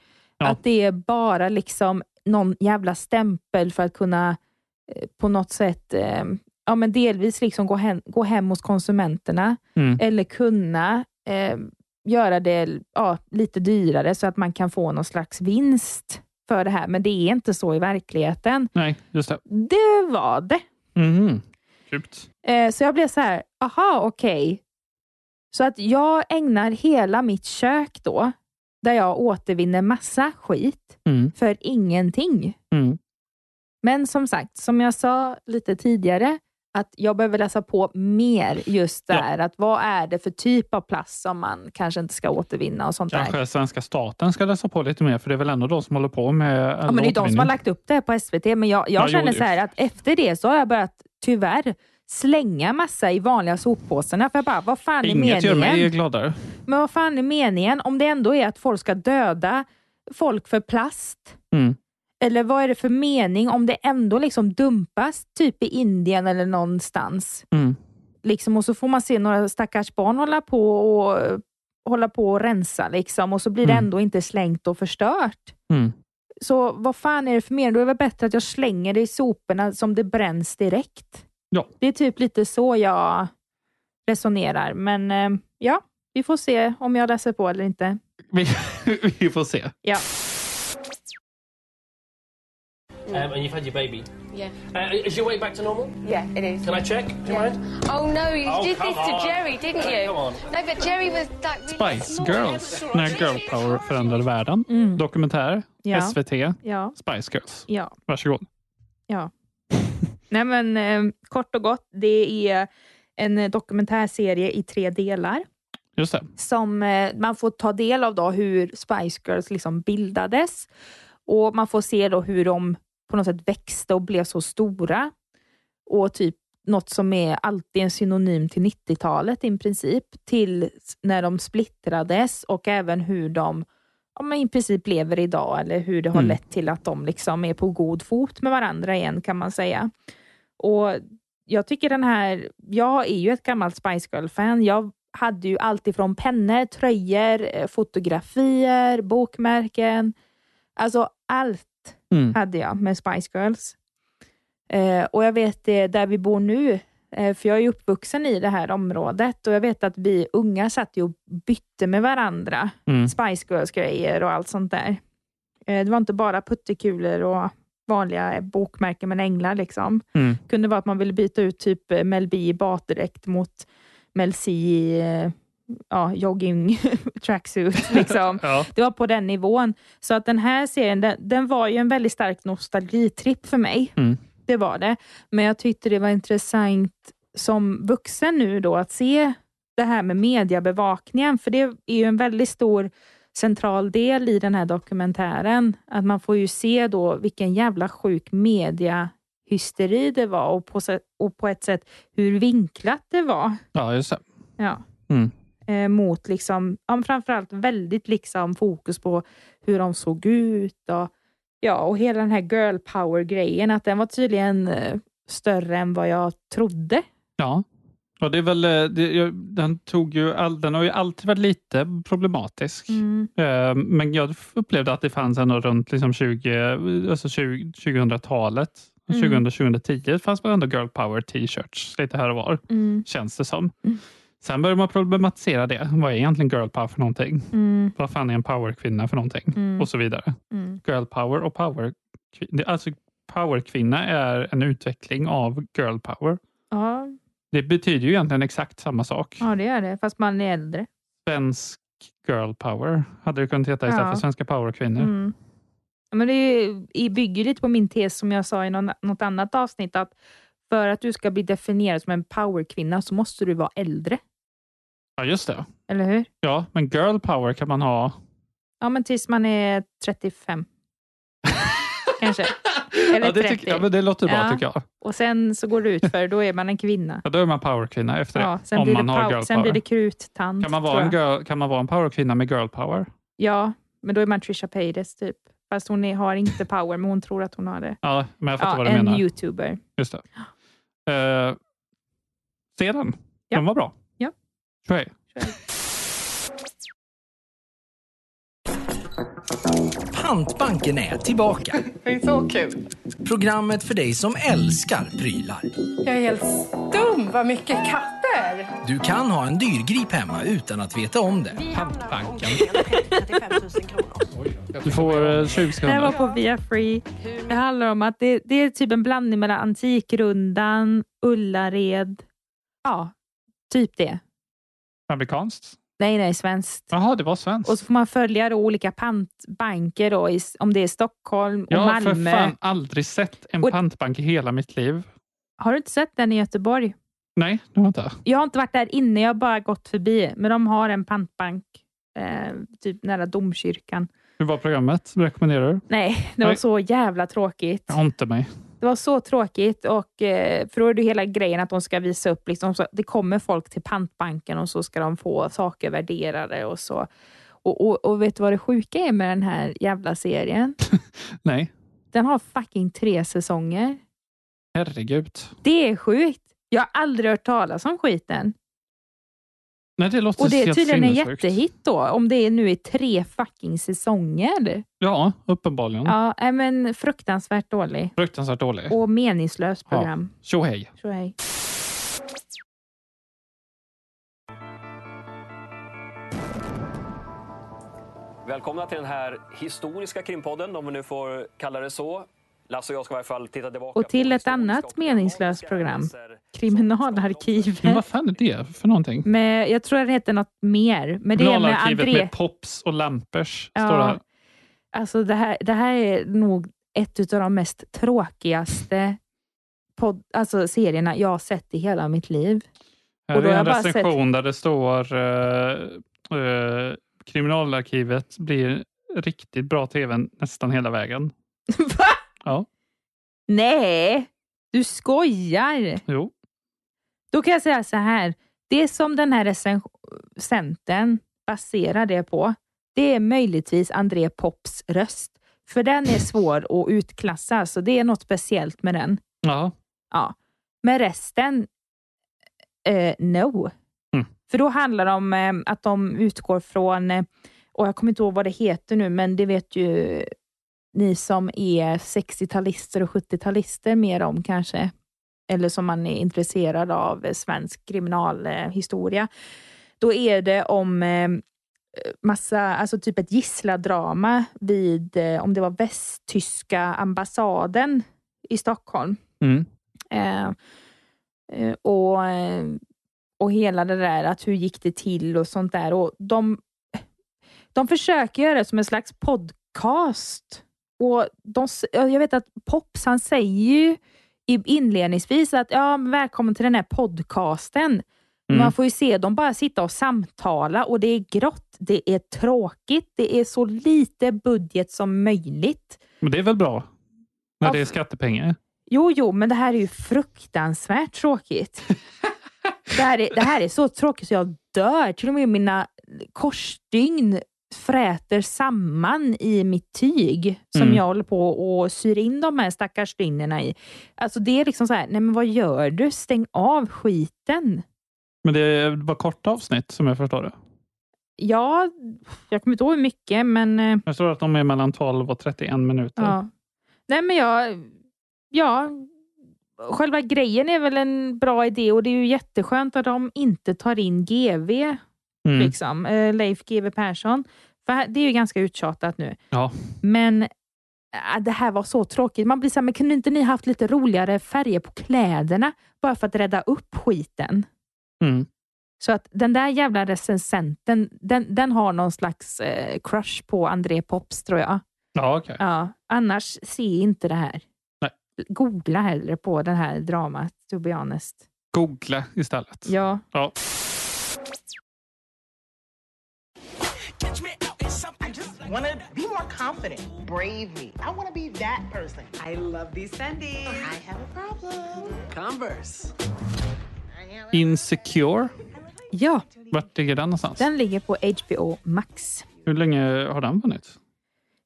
D: Att det är bara liksom någon jävla stämpel för att kunna på något sätt eh, ja, men delvis liksom gå, hem, gå hem hos konsumenterna
C: Mm.
D: eller kunna eh, göra det ja, lite dyrare så att man kan få någon slags vinst för det här. Men det är inte så i verkligheten.
C: Nej, just det.
D: Det var det.
C: Mhm. Djupt.
D: Eh, så jag blev så här, aha, okej. Så att jag ägnar hela mitt kök då, där jag återvinner massa skit,
C: Mm.
D: för ingenting.
C: Mm.
D: Men som sagt, som jag sa lite tidigare, att jag behöver läsa på mer just där. Att vad är det för typ av plast som man kanske inte ska återvinna och sånt där.
C: Kanske svenska staten ska läsa på lite mer, för det är väl ändå de som håller på med
D: Ja, men det är de som har lagt upp det här på SVT, men jag, jag
C: Ja, jo,
D: känner så här
C: det-
D: att efter det så har jag börjat, tyvärr, slänga massa i vanliga soppåsarna. För jag bara, vad fan är
C: Inget gör mig
D: meningen?
C: gladare.
D: Men vad fan är meningen om det ändå är att folk ska döda folk för plast?
C: Mm.
D: Eller vad är det för mening om det ändå liksom dumpas typ i Indien eller någonstans?
C: Mm.
D: Liksom, och så får man se några stackars barn hålla på och, eh, hålla på och rensa liksom, och så blir det
C: Mm.
D: ändå inte slängt och förstört.
C: Mm.
D: Så vad fan är det för mening? Då är det väl bättre att jag slänger det i soporna som det bränns direkt.
C: Ja.
D: Det är typ lite så jag resonerar. Men eh, ja, vi får se om jag läser på eller inte.
C: Vi, vi får se.
D: Ja.
A: Um, and you've had your baby.
U: Yeah.
A: Uh, is your weight back to normal?
U: Yeah, it is.
A: Can I check? Do you mind?
U: Oh no, you
A: Oh,
U: did
A: come
U: this
A: on.
U: to Jerry, didn't
A: Oh,
U: you?
A: come on.
U: No, but Jerry was like really
C: Spice
U: small.
C: Girls, när girl power förändrade världen. Dokumentär,
D: Mm. Ja.
C: SVT,
D: Ja.
C: Spice Girls.
D: Ja.
C: Varsågod.
D: Ja. Nej, men eh, kort och gott, det är en eh, dokumentärserie i tre delar
C: Just det.
D: som eh, man får ta del av då hur Spice Girls liksom bildades och man får se då hur de på något sätt växte och blev så stora och typ något som är alltid en synonym till 90-talet i princip, till s- när de splittrades och även hur de ja, men i princip lever idag eller hur det har
W: Mm.
D: lett till att de liksom är på god fot med varandra igen kan man säga. Och jag tycker den här, jag är ju ett gammalt Spice Girl-fan. Jag hade ju allt ifrån pennor, tröjor, eh, fotografier, bokmärken. Alltså allt
X: Mm.
D: hade jag med Spice Girls. Eh, och jag vet eh, där vi bor nu, eh, för jag är ju uppvuxen i det här området och jag vet att vi unga satt ju och bytte med varandra.
C: Mm.
D: Spice Girls-grejer och allt sånt där. Eh, det var inte bara puttekulor och vanliga eh, bokmärken med änglar liksom
C: Mm.
D: kunde vara att man ville byta ut typ eh, Mel B i baddräkt mot Mel C i eh, ja, jogging tracksuit. Liksom.
C: Ja.
D: Det var på den nivån. Så att den här serien den, den var ju en väldigt stark nostalgitripp för mig.
C: Mm.
D: Det var det. Men jag tyckte det var intressant som vuxen nu då att se det här med mediebevakningen, för det är ju en väldigt stor central del i den här dokumentären. Att man får ju se då vilken jävla sjuk mediehysteri det var och på, sä- och på ett sätt hur vinklat det var.
C: Ja, just det.
D: Ja.
C: Mm.
D: Eh, mot liksom, ja, men framförallt väldigt liksom fokus på hur de såg ut och, ja, och hela den här girl power-grejen, att den var tydligen eh, större än vad jag trodde.
C: Ja. Och det är väl, eh, det, jag- den, tog ju all, den har ju alltid varit lite problematisk.
D: Mm.
C: Eh, Men jag upplevde att det fanns ändå runt liksom 20, alltså 20, 2000-talet.
D: Mm.
C: 2000-2010 fanns väl ändå girl power t-shirts lite här och var,
D: Mm.
C: känns det som. Sen började man problematisera det. Vad är egentligen girl power för någonting?
D: Mm.
C: Vad fan är en powerkvinna för någonting?
D: Mm.
C: Och så vidare.
D: Mm.
C: Girl power och power... det- Alltså powerkvinna är en utveckling av girl power.
D: Ja,
C: Det betyder ju egentligen exakt samma sak.
D: ja, det är det, fast man är äldre.
C: Svensk girl power hade det kunnat heta istället
D: Ja.
C: för svenska powerkvinnor.
D: Mm. Ja, Men det är ju- i- bygger lite på min tes som jag sa i någon, något annat avsnitt, att för att du ska bli definierad som en powerkvinna så måste du vara äldre.
C: Ja, just det.
D: Eller hur?
C: Ja, men girl power kan man ha.
D: Ja, men tills man är 35. Kanske. Eller
C: ja, det,
D: 30.
C: tycker- ja, men det låter bra
D: Ja.
C: tycker jag.
D: Och sen så går det ut för då är man en kvinna.
C: Ja, då är man powerkvinna efter
D: Ja,
C: det.
D: sen
C: Om
D: blir
C: man
D: det
C: har
D: pow-
C: girl
D: sen blir
C: power.
D: det kruttant.
C: Kan man,
D: tror
C: vara en
D: jag.
C: girl, kan man vara en powerkvinna med girl power?
D: Ja, men då är man Trisha Paytas typ. Fast hon är, har inte power, men hon tror att hon har det.
C: Ja, men jag fattar
D: Ja,
C: vad du
D: en
C: menar.
D: youtuber.
C: Just det. Eh, se den. Den var bra.
D: Ja.
C: Shui.
D: Shui.
B: Pantbanken är tillbaka.
S: Det är så kul.
B: Programmet för dig som älskar prylar.
S: Jag är helt stum vad mycket katter.
B: Du kan ha en dyrgrip hemma utan att veta om det. Pantbanken.
C: Du får eh, 20
D: Det här var
C: sekunder.
D: på Via Free. Det handlar om att det, det är typ en blandning mellan Antikrundan, Ullared. Ja, typ det.
C: Amerikanskt?
D: Nej, nej, svenskt.
C: Jaha, det var svenskt.
D: Och så får man följa då olika pantbanker, då, i- om det är Stockholm och
C: Jag har för
D: Malmö.
C: fan aldrig sett en pantbank i hela mitt liv.
D: Har du inte sett den i Göteborg?
C: Nej, det har jag inte.
D: Jag har inte varit där inne, jag har bara gått förbi. Men de har en pantbank eh, typ nära domkyrkan.
C: Hur var programmet? Rekommenderar du?
D: Nej, det var
C: Nej.
D: så jävla tråkigt.
C: Jag har inte mig.
D: Det var så tråkigt. Och, eh, för då är det hela grejen att de ska visa upp, liksom, så, det kommer folk till pantbanken och så ska de få saker värderade och så. Och, och, och vet du vad det sjuka är med den här jävla serien?
C: Nej,
D: Den har fucking tre säsonger.
C: herregud.
D: Det är sjukt. Jag har aldrig hört talas om skiten.
C: Nej, det låter
D: Och det är
C: helt
D: tydligen en
C: sinnessjukt.
D: jättehit då, om det är nu i tre fucking
C: Mm.
D: säsonger.
C: Ja, uppenbarligen.
D: Ja, nej, men fruktansvärt dålig.
C: Fruktansvärt dålig.
D: Och meningslöst program.
C: Ja. Tjo hej.
D: Så hej.
E: Välkomna till den här historiska krimpodden, om vi nu får kalla det så. Lasse och jag ska i varje fall titta tillbaka.
D: Och till ett annat meningslöst program. Kriminalarkivet.
C: Men vad fan är det för någonting?
D: Med, jag tror det heter något mer. Mm, Men det är med
C: Kriminalarkivet
D: André.
C: med Pops och Lampers. Står det här.
D: Alltså det här, det här är nog ett av de mest tråkigaste podd, alltså serierna jag har sett i hela mitt liv.
C: Här
D: då
C: är
D: har jag
C: en
D: bara sett-
C: recension där det står eh, eh, Kriminalarkivet blir riktigt bra tv nästan hela vägen.
D: Va?
C: Ja,
D: Nej, du skojar!
C: jo.
D: Då kan jag säga så här. Det som den här recensenten baserar det på, det är möjligtvis André Pops röst. För den är svår att utklassa, så det är något speciellt med den.
C: Ja.
D: Ja. Men resten, eh, no. För då handlar det om eh, att de utgår från, eh, och jag kommer inte ihåg vad det heter nu, men det vet ju ni som är 60-talister och 70-talister mer om kanske. Eller som man är intresserad av eh, svensk kriminalhistoria. Då är det om eh, massa, alltså typ ett gisslandrama vid, eh, om det var västtyska ambassaden i Stockholm.
C: Mm.
D: Eh, eh, och, eh, och hela det där att hur gick det till och sånt där. Och de, de försöker göra det som en slags podcast. Och de, s- jag vet att Pops, han säger ju i- inledningsvis att ja, men välkommen till den här podcasten. Men
W: Mm.
D: Man får ju se dem bara sitta och samtala och det är grått, det är tråkigt, det är så lite budget som möjligt.
C: Men det är väl bra? När det är skattepengar.
D: Jo, jo, men det här är ju fruktansvärt tråkigt. det, här är, det här är så tråkigt så jag dör. Till och med mina korsstygn fräter samman i mitt tyg som
W: Mm.
D: jag håller på och syr in de här stackars stygnen i. Alltså det är liksom så här, nej men vad gör du? Stäng av skiten.
C: Men det var korta avsnitt som jag förstår det.
D: Ja, jag kommer inte ihåg hur mycket, men eh,
C: Jag förstår att de är mellan 12 och 31 minuter.
D: Ja. Nej, men jag... Ja. Själva grejen är väl en bra idé och det är ju jätteskönt att de inte tar in GV,
W: Mm.
D: liksom, eh, Leif GW Persson. För här- det är ju ganska uttjatat nu.
C: Ja.
D: Men äh, det här var så tråkigt. Man blir så här, men kunde inte ni haft lite roligare färger på kläderna bara för att rädda upp skiten?
C: Mm.
D: Så att den där jävla recensenten, den, den har någon slags eh, crush på André Pops tror jag.
C: Ja, okej.
D: Ja, annars se inte det här. Googla hellre på det här dramat, to be honest.
C: Googla istället.
D: Ja.
C: ja.
X: I just want to be more confident, brave me. I want to be that person. I love these Fendi. I have a problem. Converse.
C: Insecure.
D: Ja.
C: Vart ligger den någonstans?
D: Den ligger på HBO Max.
C: Hur länge har den funnits?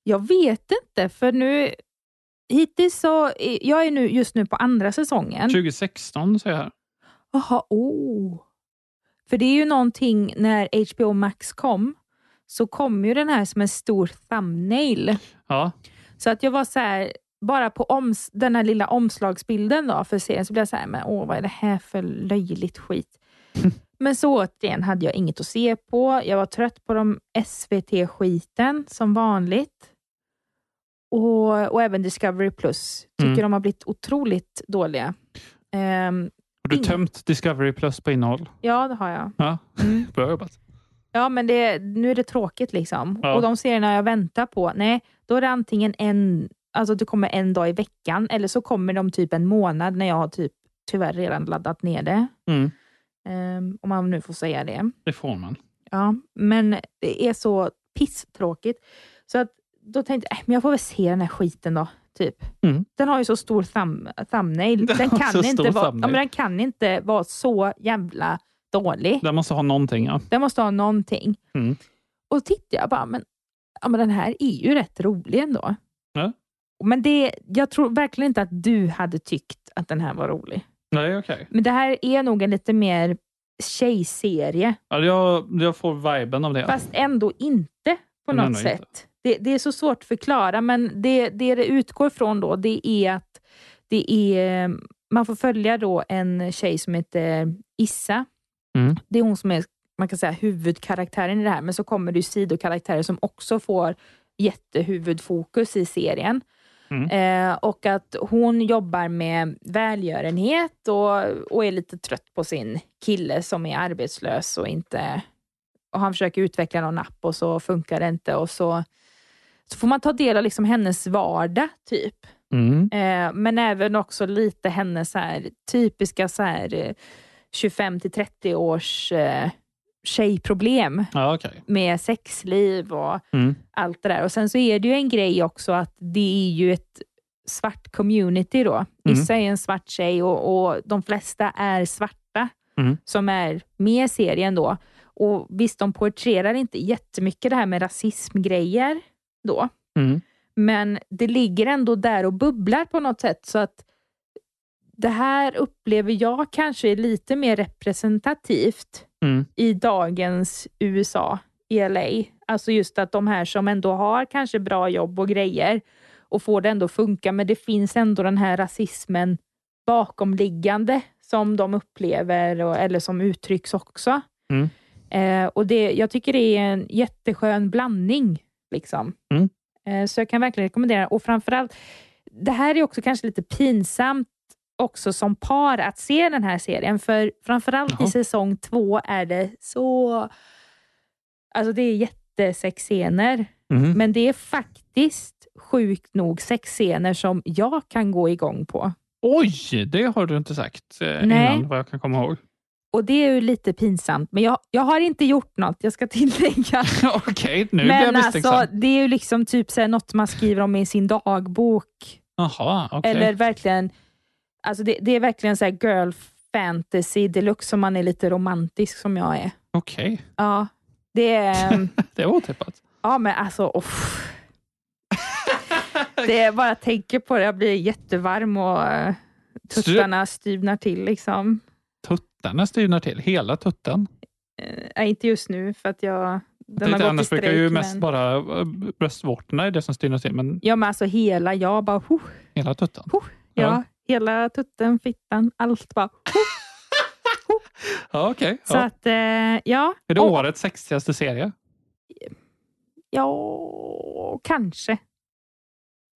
D: Jag vet inte, för nu... Hittills så... är- Jag är nu, just nu på andra säsongen.
C: 2016 säger jag här.
D: Jaha, oh. För det är ju någonting när HBO Max kom så kom ju den här som en stor thumbnail.
C: Ja.
D: Så att jag var så här, bara på oms, den här lilla omslagsbilden då för serien så blev jag så här, men åh vad är det här för löjligt skit? men så återigen hade jag inget att se på. Jag var trött på de SVT-skiten som vanligt. Och, och även Discovery Plus tycker
C: Mm.
D: de har blivit otroligt dåliga. Ehm,
C: Har du
D: ing-
C: tömt Discovery Plus på innehåll?
D: Ja, det har jag.
C: Ja,
D: Mm.
C: bra jobbat.
D: Ja, men det, nu är det tråkigt liksom.
C: Ja.
D: Och de serierna jag väntar på, nej, då är det antingen en, alltså det kommer en dag i veckan eller så kommer de typ en månad när jag har typ tyvärr redan laddat ner det.
C: Mm,
D: Ehm, om man nu får säga det.
C: det får man.
D: Ja, men det är så pisstråkigt. Så att då tänkte jag, äh, men jag får väl se den här skiten då. Typ.
C: Mm.
D: Den har ju så stor thumb, thumbnail. Den
C: har så
D: kan,
C: stor
D: inte vara, ja,
C: thumbnail.
D: men den kan inte vara så jävla dålig.
C: Den måste ha någonting, ja.
D: Den måste ha någonting.
C: Mm.
D: Och så tittade jag bara, men, ja, men den här är ju rätt rolig ändå.
C: Ja.
D: Men det, jag tror verkligen inte att du hade tyckt att den här var rolig.
C: Nej, okej.
D: Men det här är nog en lite mer tjejserie,
C: Ja, jag, jag får viben av det.
D: fast ändå inte på
C: Men ändå
D: något
C: inte.
D: sätt. Det, det är så svårt att förklara, men det det, det utgår från då, det är att det är, man får följa då en tjej som heter Issa.
C: Mm.
D: Det är hon som är man kan säga huvudkaraktären i det här, men så kommer det ju sidokaraktärer som också får jättehuvudfokus i serien.
C: Mm.
D: Eh, och att hon jobbar med välgörenhet och, och är lite trött på sin kille som är arbetslös och inte... Och han försöker utveckla någon app och så funkar det inte och så, så får man ta del av liksom hennes vardag, typ.
C: Mm.
D: Eh, men även också lite hennes så här, typiska så här, eh, 25 till 30 års eh, tjejproblem
C: Ja, okej.
D: med sexliv och
C: Mm.
D: allt det där. Och Sen så är det ju en grej också att det är ju ett svart community då. Issa är en svart tjej och, och de flesta är svarta
C: Mm.
D: som är med i serien då. Och visst, de porträtterar inte jättemycket det här med rasismgrejer då.
C: Mm.
D: Men det ligger ändå där och bubblar på något sätt. Så att det här upplever jag kanske är lite mer representativt
C: Mm.
D: i dagens USA, i LA. Alltså just att de här som ändå har kanske bra jobb och grejer och får det ändå funka, men det finns ändå den här rasismen bakomliggande som de upplever och, eller som uttrycks också.
C: Mm.
D: Eh, och det, Jag tycker det är en jätteskön blandning. Liksom.
C: Mm.
D: Eh, så jag kan verkligen rekommendera den. Och framförallt, det här är också kanske lite pinsamt också som par att se den här serien, för framförallt i säsong två är det så... Alltså det är jättesexscener,
C: Mhm.
D: men det är faktiskt sjukt nog sexscener som jag kan gå igång på.
C: Oj, det har du inte sagt eh,
D: Nej.
C: innan vad jag kan komma ihåg.
D: Och det är ju lite pinsamt, men jag, jag har inte gjort något, jag ska tillägga.
C: Okej, nu blir jag
D: men
C: misstänksam.
D: alltså, det är ju liksom typ så här något man skriver om i sin dagbok.
C: Jaha, okej.
D: Eller verkligen, alltså det, det är verkligen så här girl fantasy deluxe, som man är lite romantisk som jag är.
C: Okej,
D: Ja, det är... mm.
C: det var otippat.
D: Ja, men alltså... Uff. Det är bara jag tänker på det, jag blir jättevarm och eh, tuttarna styvnar till. Liksom.
C: Tuttarna styrnar till, hela tutten.
D: Eh, inte just nu, för att jag...
C: Jag
D: Den har
C: tänkte,
D: gått i
C: annars
D: strejk.
C: brukar ju
D: Men...
C: mest bara eh, bröstvårtorna är det som styrnar till, men
D: Ja, men alltså hela jag bara... Huh,
C: hela tutten.
D: ja.
C: Ja.
D: hela tutten, fittan, allt bara... Huh.
C: Ja, okej.
D: Så
C: Ja.
D: att, eh, ja.
C: Är det
D: Och-
C: årets sexigaste serie?
D: Ja, kanske.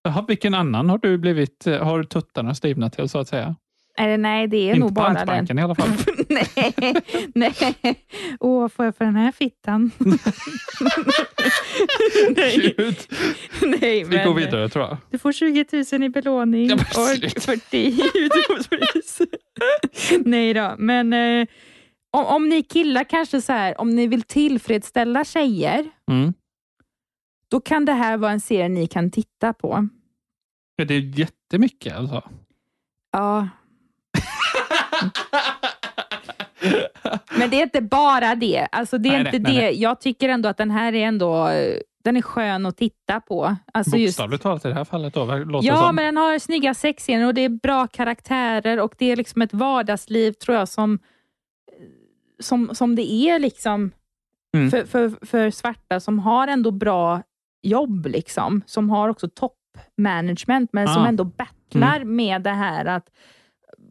C: Jaha, vilken annan har du blivit, eh, har tuttarna stivnat till så att säga?
D: Eller nej, det är
C: Inte
D: nog
C: på
D: bara den.
C: Antbanken i alla fall.
D: nej, nej. Åh, får jag för den här fittan? nej. nej,
C: Vi går
D: men
C: vidare tror jag.
D: du får 20 000 i belåning och 40 i utropspris. nej då, men eh, om, om ni killar kanske så här, om ni vill tillfredsställa tjejer,
C: Mm.
D: då kan det här vara en serie ni kan titta på.
C: Ja, det är jättemycket alltså.
D: Ja. Men det är inte bara det. Alltså, det är
C: Nej, nej,
D: inte
C: nej,
D: det.
C: nej.
D: Jag tycker ändå att den här är ändå eh, den är skön att titta på. Alltså just,
C: Bokstavligt talat i det här fallet då, ver- låter det
D: ja,
C: som.
D: men den har snygga sexscener och det är bra karaktärer och det är liksom ett vardagsliv tror jag som, som, som det är liksom
C: Mm.
D: För, för, för svarta som har ändå bra jobb, liksom, som har också toppmanagement, men som
F: Ah.
D: ändå battlar
C: Mm.
D: med det här att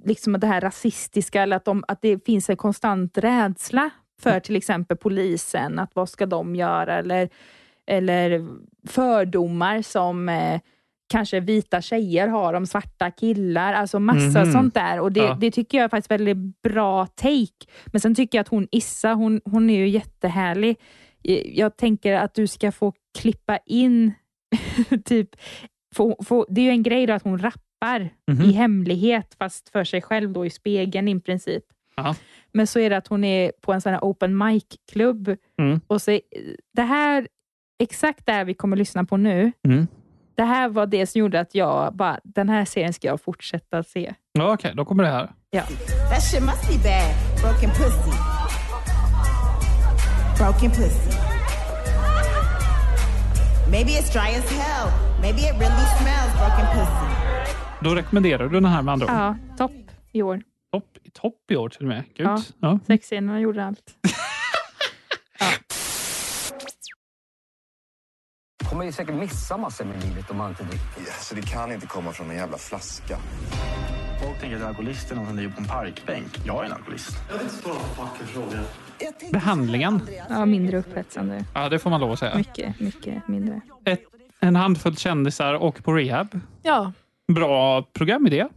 D: liksom det här rasistiska, eller att, de, att det finns en konstant rädsla
C: Mm.
D: för till exempel polisen, att vad ska de göra? Eller, eller fördomar som eh, kanske vita tjejer har om svarta killar. Alltså massa
F: Mhm.
D: sånt där. Och det,
F: Ja.
D: det tycker jag är faktiskt väldigt bra take. Men sen tycker jag att hon Issa, hon, hon är ju jättehärlig. Eh, Jag tänker att du ska få klippa in, typ, få, få, det är ju en grej då att hon rappar
F: Mhm.
D: i hemlighet, fast för sig själv då i spegeln i princip.
C: Ja.
D: Men så är det att hon är på en sån här open mic-klubb.
C: Mm.
D: Och så, det här, exakt det här vi kommer lyssna på nu,
C: Mm.
D: det här var det som gjorde att jag bara, den här serien ska jag fortsätta se.
C: Ja, Okej, då kommer det här.
D: Ja.
G: That shit must be bad. Broken pussy. Broken pussy. Maybe it's dry as hell. Maybe it really smells broken pussy.
C: Då rekommenderar du den här med andra ord.
D: Ja, topp i år.
C: Topp, topp i år till och med. Gud.
D: Ja.
C: Ja. Ja.
D: Sexscenerna gjorde allt.
H: kommer ju säkert missa massor med livet om man inte dricker. så det kan inte komma från en jävla flaska.
W: Folk tänker att alkoholister är någon som ligger på en parkbänk. Jag är en alkoholist. Jag vet inte svara på fucking frågan.
C: Behandlingen.
D: Ja, mindre upphetsande.
C: Ja, det får man lov att säga.
D: Mycket, mycket mindre.
C: Ett, en handfull kändisar och på rehab.
D: Ja,
C: Bra programidé,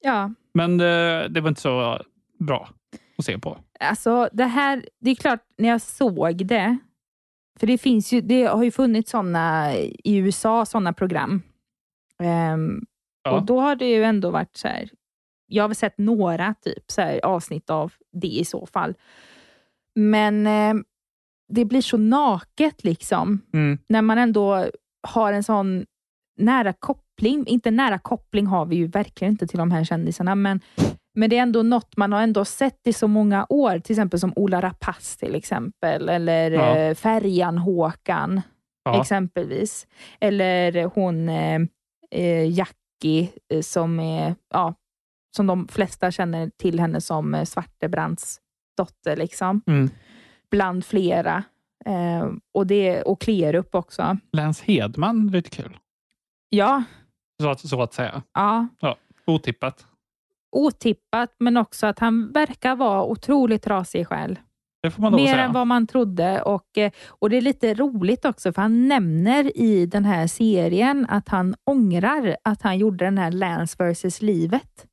D: ja.
C: men eh, det var inte så bra att se på.
D: Alltså, det här, det är klart, när jag såg det, för det, finns ju, det har ju funnits såna i USA, sådana program. Ehm,
F: Ja.
D: Och då har det ju ändå varit så här, jag har väl sett några typ så här, avsnitt av det i så fall. Men eh, det blir så naket liksom,
C: Mm.
D: när man ändå har en sån nära koppling, inte nära koppling har vi ju verkligen inte till de här kändisarna, men, men det är ändå något man har ändå sett i så många år, till exempel som Ola Rapace till exempel, eller
F: Ja.
D: eh, Färjan-Håkan
F: Ja.
D: exempelvis. Eller hon eh, eh, Jackie eh, som, är, ja, som de flesta känner till henne som eh, Svartebrands dotter. Liksom.
C: Mm.
D: Bland flera. Eh, och, det, och Klerup också.
C: Lance Hedman, lite kul.
D: Ja,
C: Så att, så att säga.
D: ja,
C: Ja. Otippat.
D: otippat, men också att han verkar vara otroligt trasig själv.
C: Det får man lov att
D: Mer
C: säga.
D: än vad man trodde. Och, eh, och Det är lite roligt också, för han nämner i den här serien att han ångrar att han gjorde den här Lance vs. livet.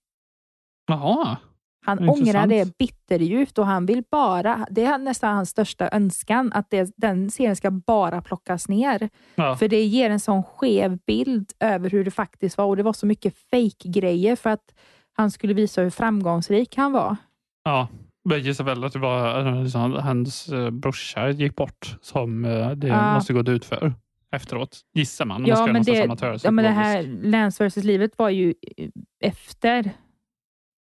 C: Jaha.
D: Han
C: Intressant.
D: ångrar det bitterdjupt och han vill bara, det är nästan hans största önskan, att det, den serien ska bara plockas ner.
F: Ja.
D: För det ger en sån skev bild över hur det faktiskt var och det var så mycket fake-grejer för att han skulle visa hur framgångsrik han var.
C: Ja. Jag gissar väl att det var eh, liksom, hans eh, brorsa gick bort som eh, det
D: Ja.
C: måste gått ut för efteråt. Gissar man. Om man
D: Ja
C: ska
D: men,
C: göra
D: det,
C: någon slags
D: ja, men det
C: amatör-
D: här Läns vs. livet var ju eh, efter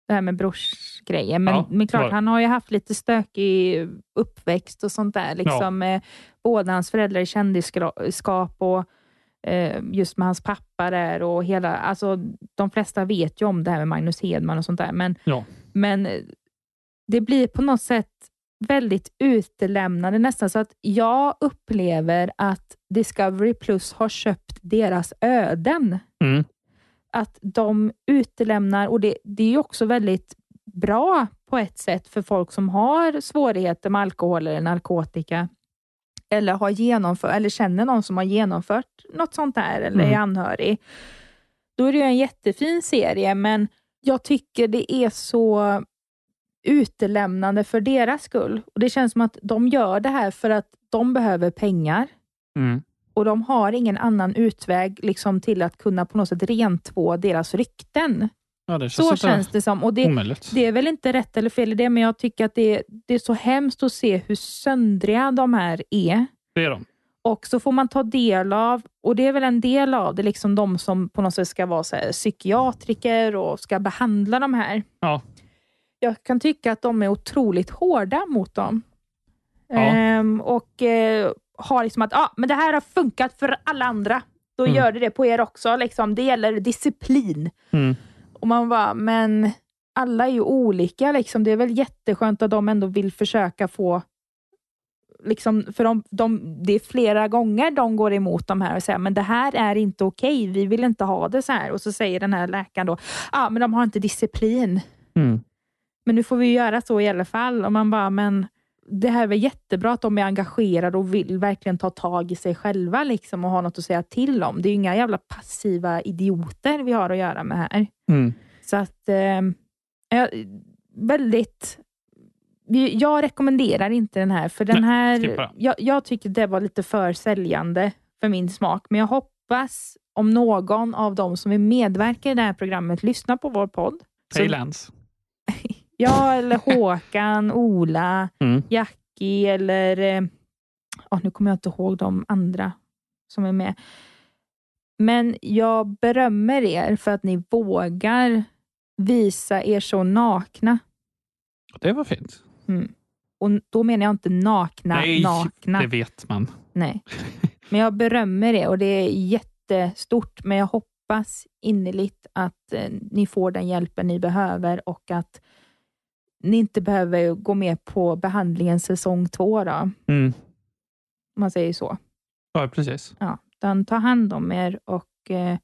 D: det här med brorsgrejen. Men,
F: Ja,
D: men
F: det var
D: klart,
F: det.
D: han har ju haft lite stökig uppväxt och sånt där. Liksom, eh, Båda hans föräldrar i kändisskap och eh, just med hans pappa där och hela... Alltså, de flesta vet ju om det här med Magnus Hedman och sånt där. Men,
C: Ja.
D: men eh, det blir på något sätt väldigt utelämnande nästan, så att jag upplever att Discovery Plus har köpt deras öden.
C: Mm.
D: Att de utelämnar, och det, det är ju också väldigt bra på ett sätt för folk som har svårigheter med alkohol eller narkotika, eller, har genomför, eller känner någon som har genomfört något sånt där, eller är
F: Mm.
D: anhörig. Då är det ju en jättefin serie, men jag tycker det är så utelämnande för deras skull. Och Det känns som att de gör det här för att de behöver pengar
C: Mm.
D: och de har ingen annan utväg liksom, till att kunna på något sätt rentvå deras rykten.
C: Ja, det
D: Så
C: lite
D: känns det som. Och det,
C: omöjligt.
D: det är väl inte rätt eller fel i det, men jag tycker att det, det är så hemskt att se hur söndriga de här är.
C: Det är de.
D: Och så får man ta del av, och det är väl en del av det, liksom de som på något sätt ska vara så här, psykiatriker och ska behandla de här.
C: Ja.
D: Jag kan tycka att de är otroligt hårda mot dem.
F: Ja.
D: Ehm, och eh, har liksom att, ja, ah, men det här har funkat för alla andra. Då
F: Mm.
D: gör det det på er också. Liksom. Det gäller disciplin.
C: Mm.
D: Och man bara, men alla är ju olika. Liksom. Det är väl jätteskönt att de ändå vill försöka få liksom, för de, de, det är flera gånger de går emot de här och säger men det här är inte okej, vi vill inte ha det så här. Och så säger den här läkaren då, ah, men de har inte disciplin.
C: Mm.
D: Men nu får vi ju göra så i alla fall. Och man bara, men det här är väl jättebra att de är engagerade och vill verkligen ta tag i sig själva liksom, och ha något att säga till om. Det är ju inga jävla passiva idioter vi har att göra med här.
C: Mm.
D: Så att, eh, jag, väldigt... Jag rekommenderar inte den här, för den
C: Nej,
D: här...
C: skippa den.
D: Jag, jag tycker det var lite för säljande för min smak, men jag hoppas om någon av dem som vill medverka i det här programmet lyssnar på vår podd. Så-
C: Hej Lance.
D: Ja, eller Håkan, Ola,
C: Mm.
D: Jackie eller... eh, åh, nu kommer jag inte ihåg de andra som är med. Men jag berömmer er för att ni vågar visa er så nakna.
C: Det var fint.
D: Mm. Och då menar jag inte nakna,
C: Nej,
D: nakna.
C: det vet man.
D: Nej. Men jag berömmer er och det är jättestort, men jag hoppas innerligt att eh, ni får den hjälpen ni behöver och att ni inte behöver gå med på behandlingen säsong två, då, om
C: Mm.
D: man säger så.
C: Ja, precis.
D: Ja, utan ta hand om er och eh,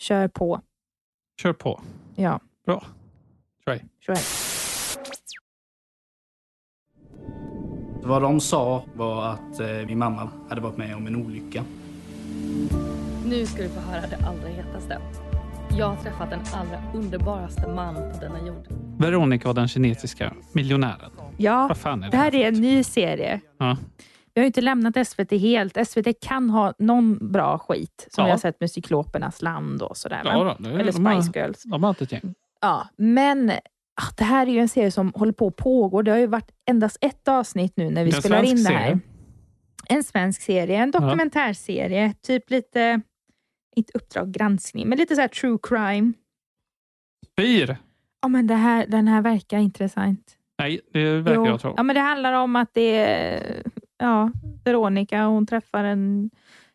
D: kör på.
C: Kör på.
D: Ja,
C: Bra. Try.
D: så är det.
F: Vad de sa var att eh, min mamma hade varit med om en olycka.
I: Nu ska du få höra det allra hetaste. Jag har träffat den allra underbaraste man på denna jord.
C: Veronica och den kinesiska miljonären.
D: Ja,
C: Vad fan är det
D: det här är en ny serie.
C: Ja.
D: Vi har ju inte lämnat SVT helt. SVT kan ha någon bra skit, som
C: Ja.
D: vi har sett med Cyklopernas land och sådär. va?
C: Ja, då, det är-
D: Eller
C: de har-
D: Spice Girls.
C: De har alltid ett gäng.
D: Ja, men ah, det här är ju en serie som håller på att pågå. Det har ju varit endast ett avsnitt nu när vi
C: Det är en
D: spelar in
C: svensk
D: det här.
C: serie.
D: En svensk serie, en
C: Ja.
D: dokumentärserie. Typ lite, inte Uppdrag granskning, men lite så här true crime.
C: Fyr!
D: Ja, men det här, den här verkar intressant.
C: Nej, det verkar
D: Jo.
C: jag tro.
D: Ja, men det handlar om att det är ja, Veronica, hon träffar en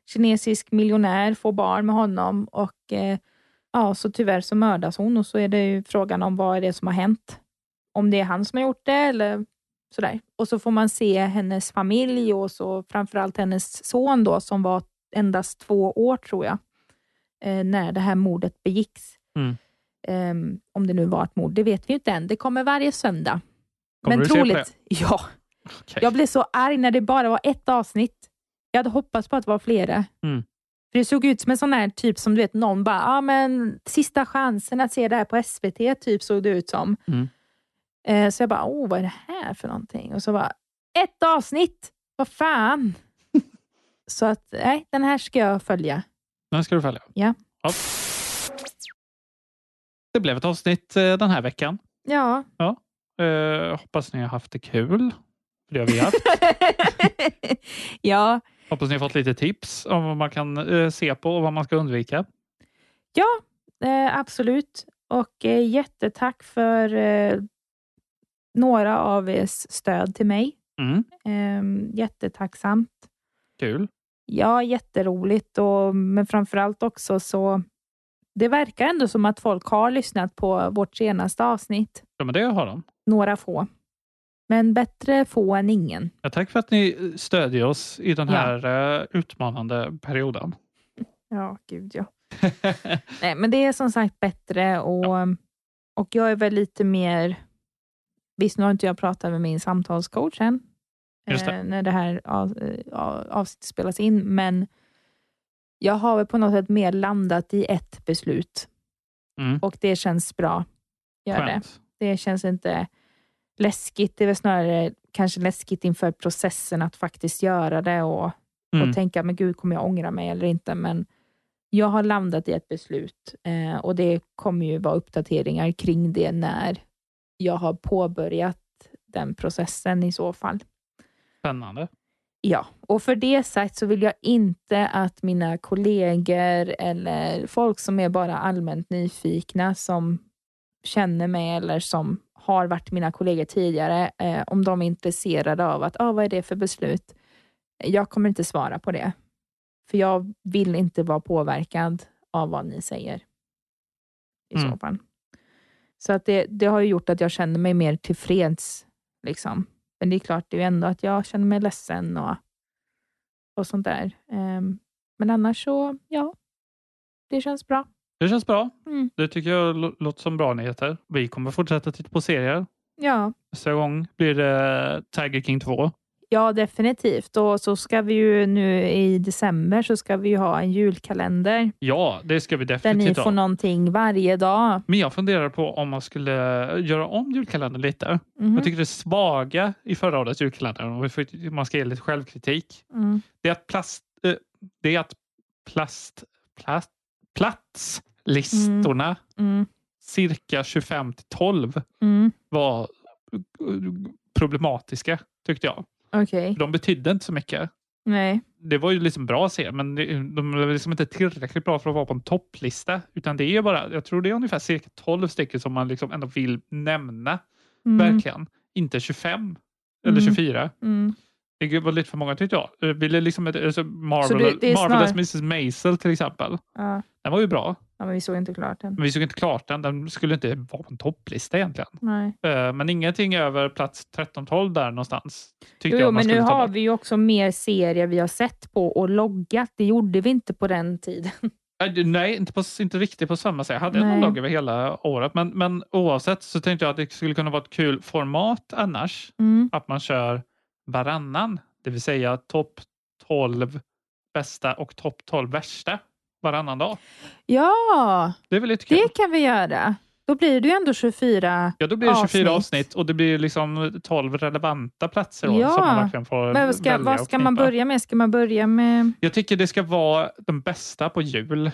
D: kinesisk miljonär, får barn med honom och eh, ja, så tyvärr så mördas hon och så är det ju frågan om vad är det som har hänt. Om det är han som har gjort det eller sådär. Och så får man se hennes familj och så framförallt hennes son då som var endast två år tror jag, eh, när det här mordet begicks.
C: Mm.
D: Ehm, om det nu var ett mord, det vet vi ju inte än. Det kommer varje söndag.
C: Kommer
D: Men
C: du se på
D: troligt...
C: det?
D: Ja. Jag blev så arg när det bara var ett avsnitt. Jag hade hoppats på att det var flera.
C: Mm.
D: För Det såg ut som en sån här typ som du vet, någon bara, ah, men sista chansen att se det här på SVT, typ såg det ut som.
C: Mm.
D: Eh, så jag bara, oh, vad är det här för någonting? Och så bara, ett avsnitt! Vad fan! så att, nej, den här ska jag följa.
C: Den ska du följa.
D: Ja.
C: Ja. Det blev ett avsnitt eh, den här veckan.
D: Ja,
C: Ja. Eh, hoppas ni har haft det kul. För det har vi haft.
D: ja.
C: hoppas ni har fått lite tips om vad man kan eh, se på och vad man ska undvika.
D: Ja, eh, absolut. Och eh, jättetack för eh, några av ers stöd till mig.
C: Mm.
D: Eh, jättetacksamt.
C: Kul.
D: Ja, jätteroligt. Och, men framförallt också så... Det verkar ändå som att folk har lyssnat på vårt senaste avsnitt.
C: Ja, men det har de.
D: Några få. Men bättre få än ingen.
C: Ja, tack för att ni stödjer oss i den här eh, utmanande perioden.
D: Ja, gud ja. Nej, men det är som sagt bättre och, och jag är väl lite mer... Visst, nu har inte jag pratat med min samtalscoach än,
C: Just det.
D: eh, när det här av, eh, avsnittet spelas in, men jag har väl på något sätt mer landat i ett beslut
C: Mm.
D: och det känns bra. Gör det.
C: Skönt.
D: det känns inte läskigt. Det är väl snarare kanske läskigt inför processen att faktiskt göra det och,
C: Mm.
D: och tänka, men gud, kommer jag ångra mig eller inte? Men jag har landat i ett beslut eh, och det kommer ju vara uppdateringar kring det när jag har påbörjat den processen i så fall.
C: Spännande.
D: Ja, och för det sagt så vill jag inte att mina kollegor eller folk som är bara allmänt nyfikna som känner mig eller som har varit mina kollegor tidigare, eh, om de är intresserade av att, ah, vad är det för beslut? Jag kommer inte svara på det, för jag vill inte vara påverkad av vad ni säger i så
C: Mm.
D: fall. Så att det, det har ju gjort att jag känner mig mer tillfreds liksom, Men det är klart, det är ju ändå att jag känner mig ledsen och, och sånt där. Ehm, men annars så, ja. Det känns bra.
C: Det känns bra.
D: Mm.
C: Det tycker jag lå- låter som bra nyheter. Vi kommer fortsätta titta på serier.
D: Ja.
C: Nästa gång blir det eh, Tiger King 2.
D: Ja, definitivt. Och så ska vi ju nu i december så ska vi ju ha en julkalender
C: Ja, det ska vi
D: där ni
C: definitivt
D: får
C: ha.
D: någonting varje dag.
C: Men jag funderar på om man skulle eh, göra om julkalendern lite.
D: Mhm.
C: Jag tycker det svaga i förra årets julkalender, om vi får- man ska ge lite självkritik,
D: Mm.
C: Det är att plast... eh, Det är att plast... plast platslistorna
D: Mm.
C: cirka 25 till 12
D: Mm.
C: var problematiska, tyckte jag.
D: Okej.
C: För De betydde inte så mycket.
D: Nej.
C: Det var ju liksom bra serier, men det- de var liksom inte tillräckligt bra för att vara på en topplista. Utan det är bara, jag tror det är ungefär cirka 12 stycken som man liksom ändå vill nämna.
D: Mm.
C: Verkligen. Inte 25 eller
D: Mm.
C: 24.
D: Mm.
C: Det var lite för många tyckte jag. jag ville liksom ett, alltså
D: Så
C: Marvel,
D: du- det är snar-
C: Marvelous Mrs Maisel till exempel.
D: Ja.
C: Den var ju bra,
D: ja, men vi såg inte klart den.
C: men vi såg inte klart den. Den skulle inte vara på en topplista egentligen.
D: Nej.
C: Eh, Men ingenting över plats 13-12 där någonstans. Tyckte
D: Jo,
C: jag
D: jo,
C: man
D: men
C: skulle
D: nu
C: ta
D: har
C: bort.
D: vi ju också mer serier vi har sett på och loggat. Det gjorde vi inte på den tiden.
C: Eh, det- Nej, inte, på, inte riktigt på samma sätt. Jag hade
D: Nej.
C: en dag över hela året. Men, men oavsett så tänkte jag att det skulle kunna vara ett kul format annars.
D: Mm.
C: Att man kör varannan, det vill säga topp 12 bästa och topp 12 värsta varannan dag.
D: Ja,
C: Det är väl lite kul?
D: det kan vi göra. Då blir det ju ändå 24
C: Ja, då blir det 24 avsnitt,
D: avsnitt.
C: och det blir liksom 12 relevanta platser då,
D: Ja.
C: som man verkligen får
D: Men vad ska,
C: välja
D: vad
C: och
D: ska man
C: knipa.
D: börja med? Ska man börja med...
C: Jag tycker det ska vara den bästa på jul.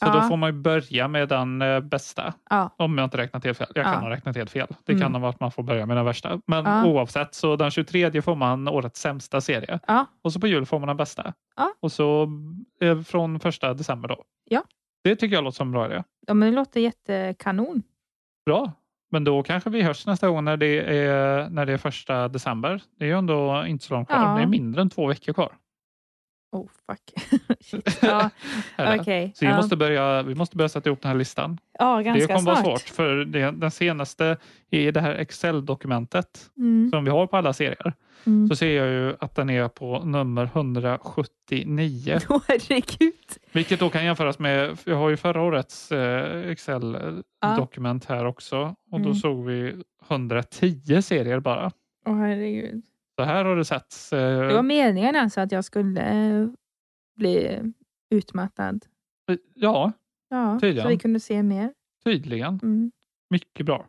C: Så
D: Ja.
C: då får man ju börja med den eh, bästa.
D: Ja.
C: Om jag inte räknat helt fel. Jag kan
D: Ja.
C: ha räknat helt fel. Det
D: Mm.
C: kan ha varit att man får börja med den värsta. Men
D: Ja.
C: oavsett, så den 23 får man årets sämsta serie.
D: Ja.
C: Och så på jul får man den bästa.
D: Ja.
C: Och så eh, från första december då.
D: Ja.
C: Det tycker jag låter som en bra idé.
D: ja, men det låter jättekanon.
C: Bra. Men då kanske vi hörs nästa gång när det är, när det är första december. Det är ju ändå inte så långt kvar.
D: Ja.
C: Det är mindre än två veckor kvar.
D: Oh, fuck. Shit. Ja,
C: Är det?
D: Okej,
C: Så vi,
D: ja.
C: måste börja, vi måste börja sätta ihop den här listan.
D: ja
C: det
D: ganska
C: kommer vara
D: snart.
C: svårt, för det, den senaste i det här Excel-dokumentet
D: Mm.
C: som vi har på alla serier,
D: Mm.
C: så ser jag ju att den är på nummer 179.
D: Åh, herregud.
C: Vilket då kan jämföras med, jag har ju förra årets eh, Excel-dokument här också. Och då
D: Mm.
C: såg vi 110 serier bara.
D: Åh, herregud.
C: Så här har det setts. eh,
D: Det var meningen alltså att jag skulle eh, bli utmattad.
C: Ja,
D: Ja,
C: Tydligen.
D: så vi kunde se mer.
C: tydligen.
D: Mm.
C: Mycket bra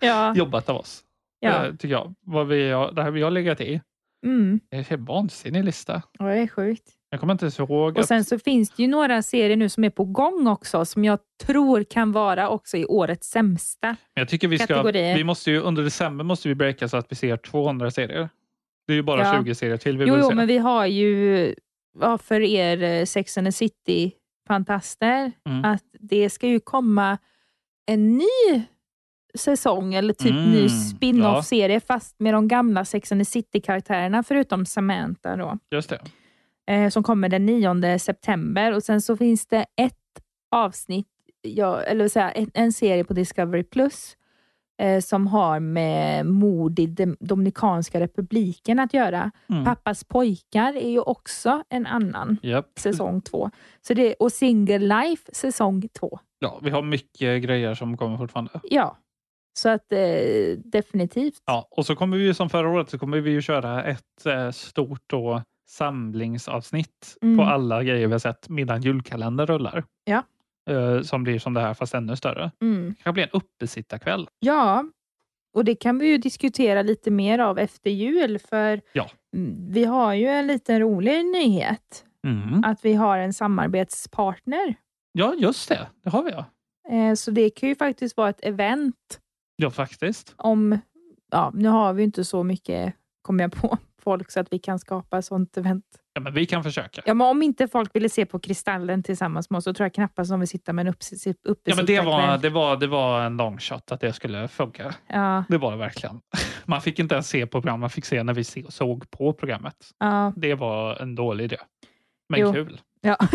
D: Ja.
C: jobbat av oss.
D: Ja.
C: eh, Tycker jag. Vad vi, har- det här vi har legat i.
D: Mm.
C: Det är en vansinnig lista.
D: Ja, det är sjukt.
C: Jag kommer inte ens ihåg.
D: Och
C: att-
D: sen så finns det ju några serier nu som är på gång också, som jag tror kan vara också i årets sämsta.
C: Men jag tycker vi ska,
D: kategorier.
C: vi måste ju, under december måste vi breaka så att vi ser 200 serier. Det är ju bara
D: Ja.
C: 20 serier till vi
D: Jo,
C: borde
D: jo
C: se.
D: men vi har ju ja, för er eh, Sex and the City-fantaster
C: Mm.
D: att det ska ju komma en ny säsong eller typ
C: Mm,
D: ny
C: ja.
D: spin-off-serie fast med de gamla Sex and the City-karaktärerna förutom Samantha då,
C: Just det.
D: eh, som kommer den 9 september. Och Sen så finns det ett avsnitt, ja, eller så här, en, en serie på Discovery Plus eh, som har med mord i Dem- Dominikanska republiken att göra.
C: Mm.
D: Pappas pojkar är ju också en annan
C: Japp.
D: säsong två. Så det, och Single Life säsong två.
C: Ja, vi har mycket grejer som kommer fortfarande.
D: Ja, så att eh, definitivt.
C: Ja, och så kommer vi ju som förra året så kommer vi ju köra ett eh, stort då, samlingsavsnitt
D: Mm.
C: på alla grejer vi har sett medan julkalendern rullar.
D: Ja.
C: Eh, som blir som det här fast ännu större.
D: Mm.
C: Det kan bli en uppesittarkväll.
D: Ja, och det kan vi ju diskutera lite mer av efter jul, för
C: Ja.
D: mm, vi har ju en liten rolig nyhet.
C: Mm.
D: Att vi har en samarbetspartner.
C: Ja, just det. Det har vi ja.
D: Eh, så det kan ju faktiskt vara ett event
C: Ja, faktiskt.
D: om... Ja, nu har vi ju inte så mycket, kommer jag på, folk så att vi kan skapa sånt event.
C: Ja, men vi kan försöka.
D: Ja, men om inte folk ville se på Kristallen tillsammans med oss så tror jag knappast de vill sitta med en uppsi-
C: Ja, men det, var,
D: uppesittarkväll.
C: det, var, det var en long shot att det skulle funka.
D: Ja,
C: Det var det verkligen. Man fick inte ens se på programmet, man fick se när vi se- såg på programmet.
D: ja,
C: Det var en dålig idé. Men
D: Jo.
C: kul.
D: ja.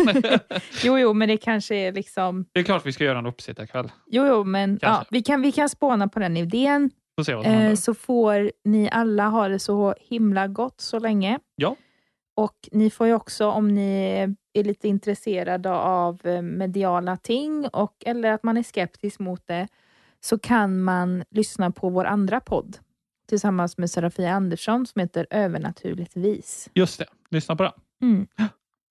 D: jo, jo, men det kanske är liksom...
C: Det är klart vi ska göra en uppsittarkväll.
D: Jo, jo, men ja,
C: Kanske.
D: vi, kan, vi kan spåna på den idén
C: Får se vad som
D: Eh,
C: händer.
D: så får ni alla ha det så himla gott så länge.
C: Ja.
D: Och ni får ju också, om ni är lite intresserade av eh, mediala ting och, eller att man är skeptisk mot det, så kan man lyssna på vår andra podd tillsammans med Serafia Andersson som heter Övernaturligtvis.
C: Just det, lyssna på den.
D: Mm.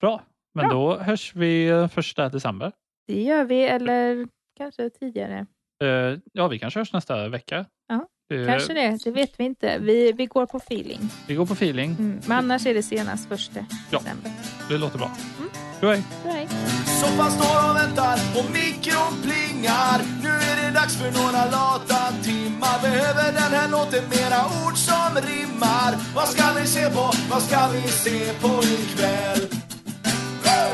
C: Bra, men då hörs vi första december.
D: Det gör vi, eller kanske tidigare.
C: Eh, ja, vi kanske hörs nästa vecka.
D: Ja,
C: Eh,
D: kanske det. Det vet vi inte. Vi, vi går på feeling.
C: Vi går på feeling.
D: Mm. Men annars är det senast första
C: Ja,
D: december.
C: det låter bra.
D: Mm.
C: Hej. hej.
D: Hej.
J: Soffan står och väntar och mikron plingar. Nu är det dags för några lata timmar. Behöver den här låten mera ord som rimmar. Vad ska vi se på? Vad ska vi se på ikväll? Hey!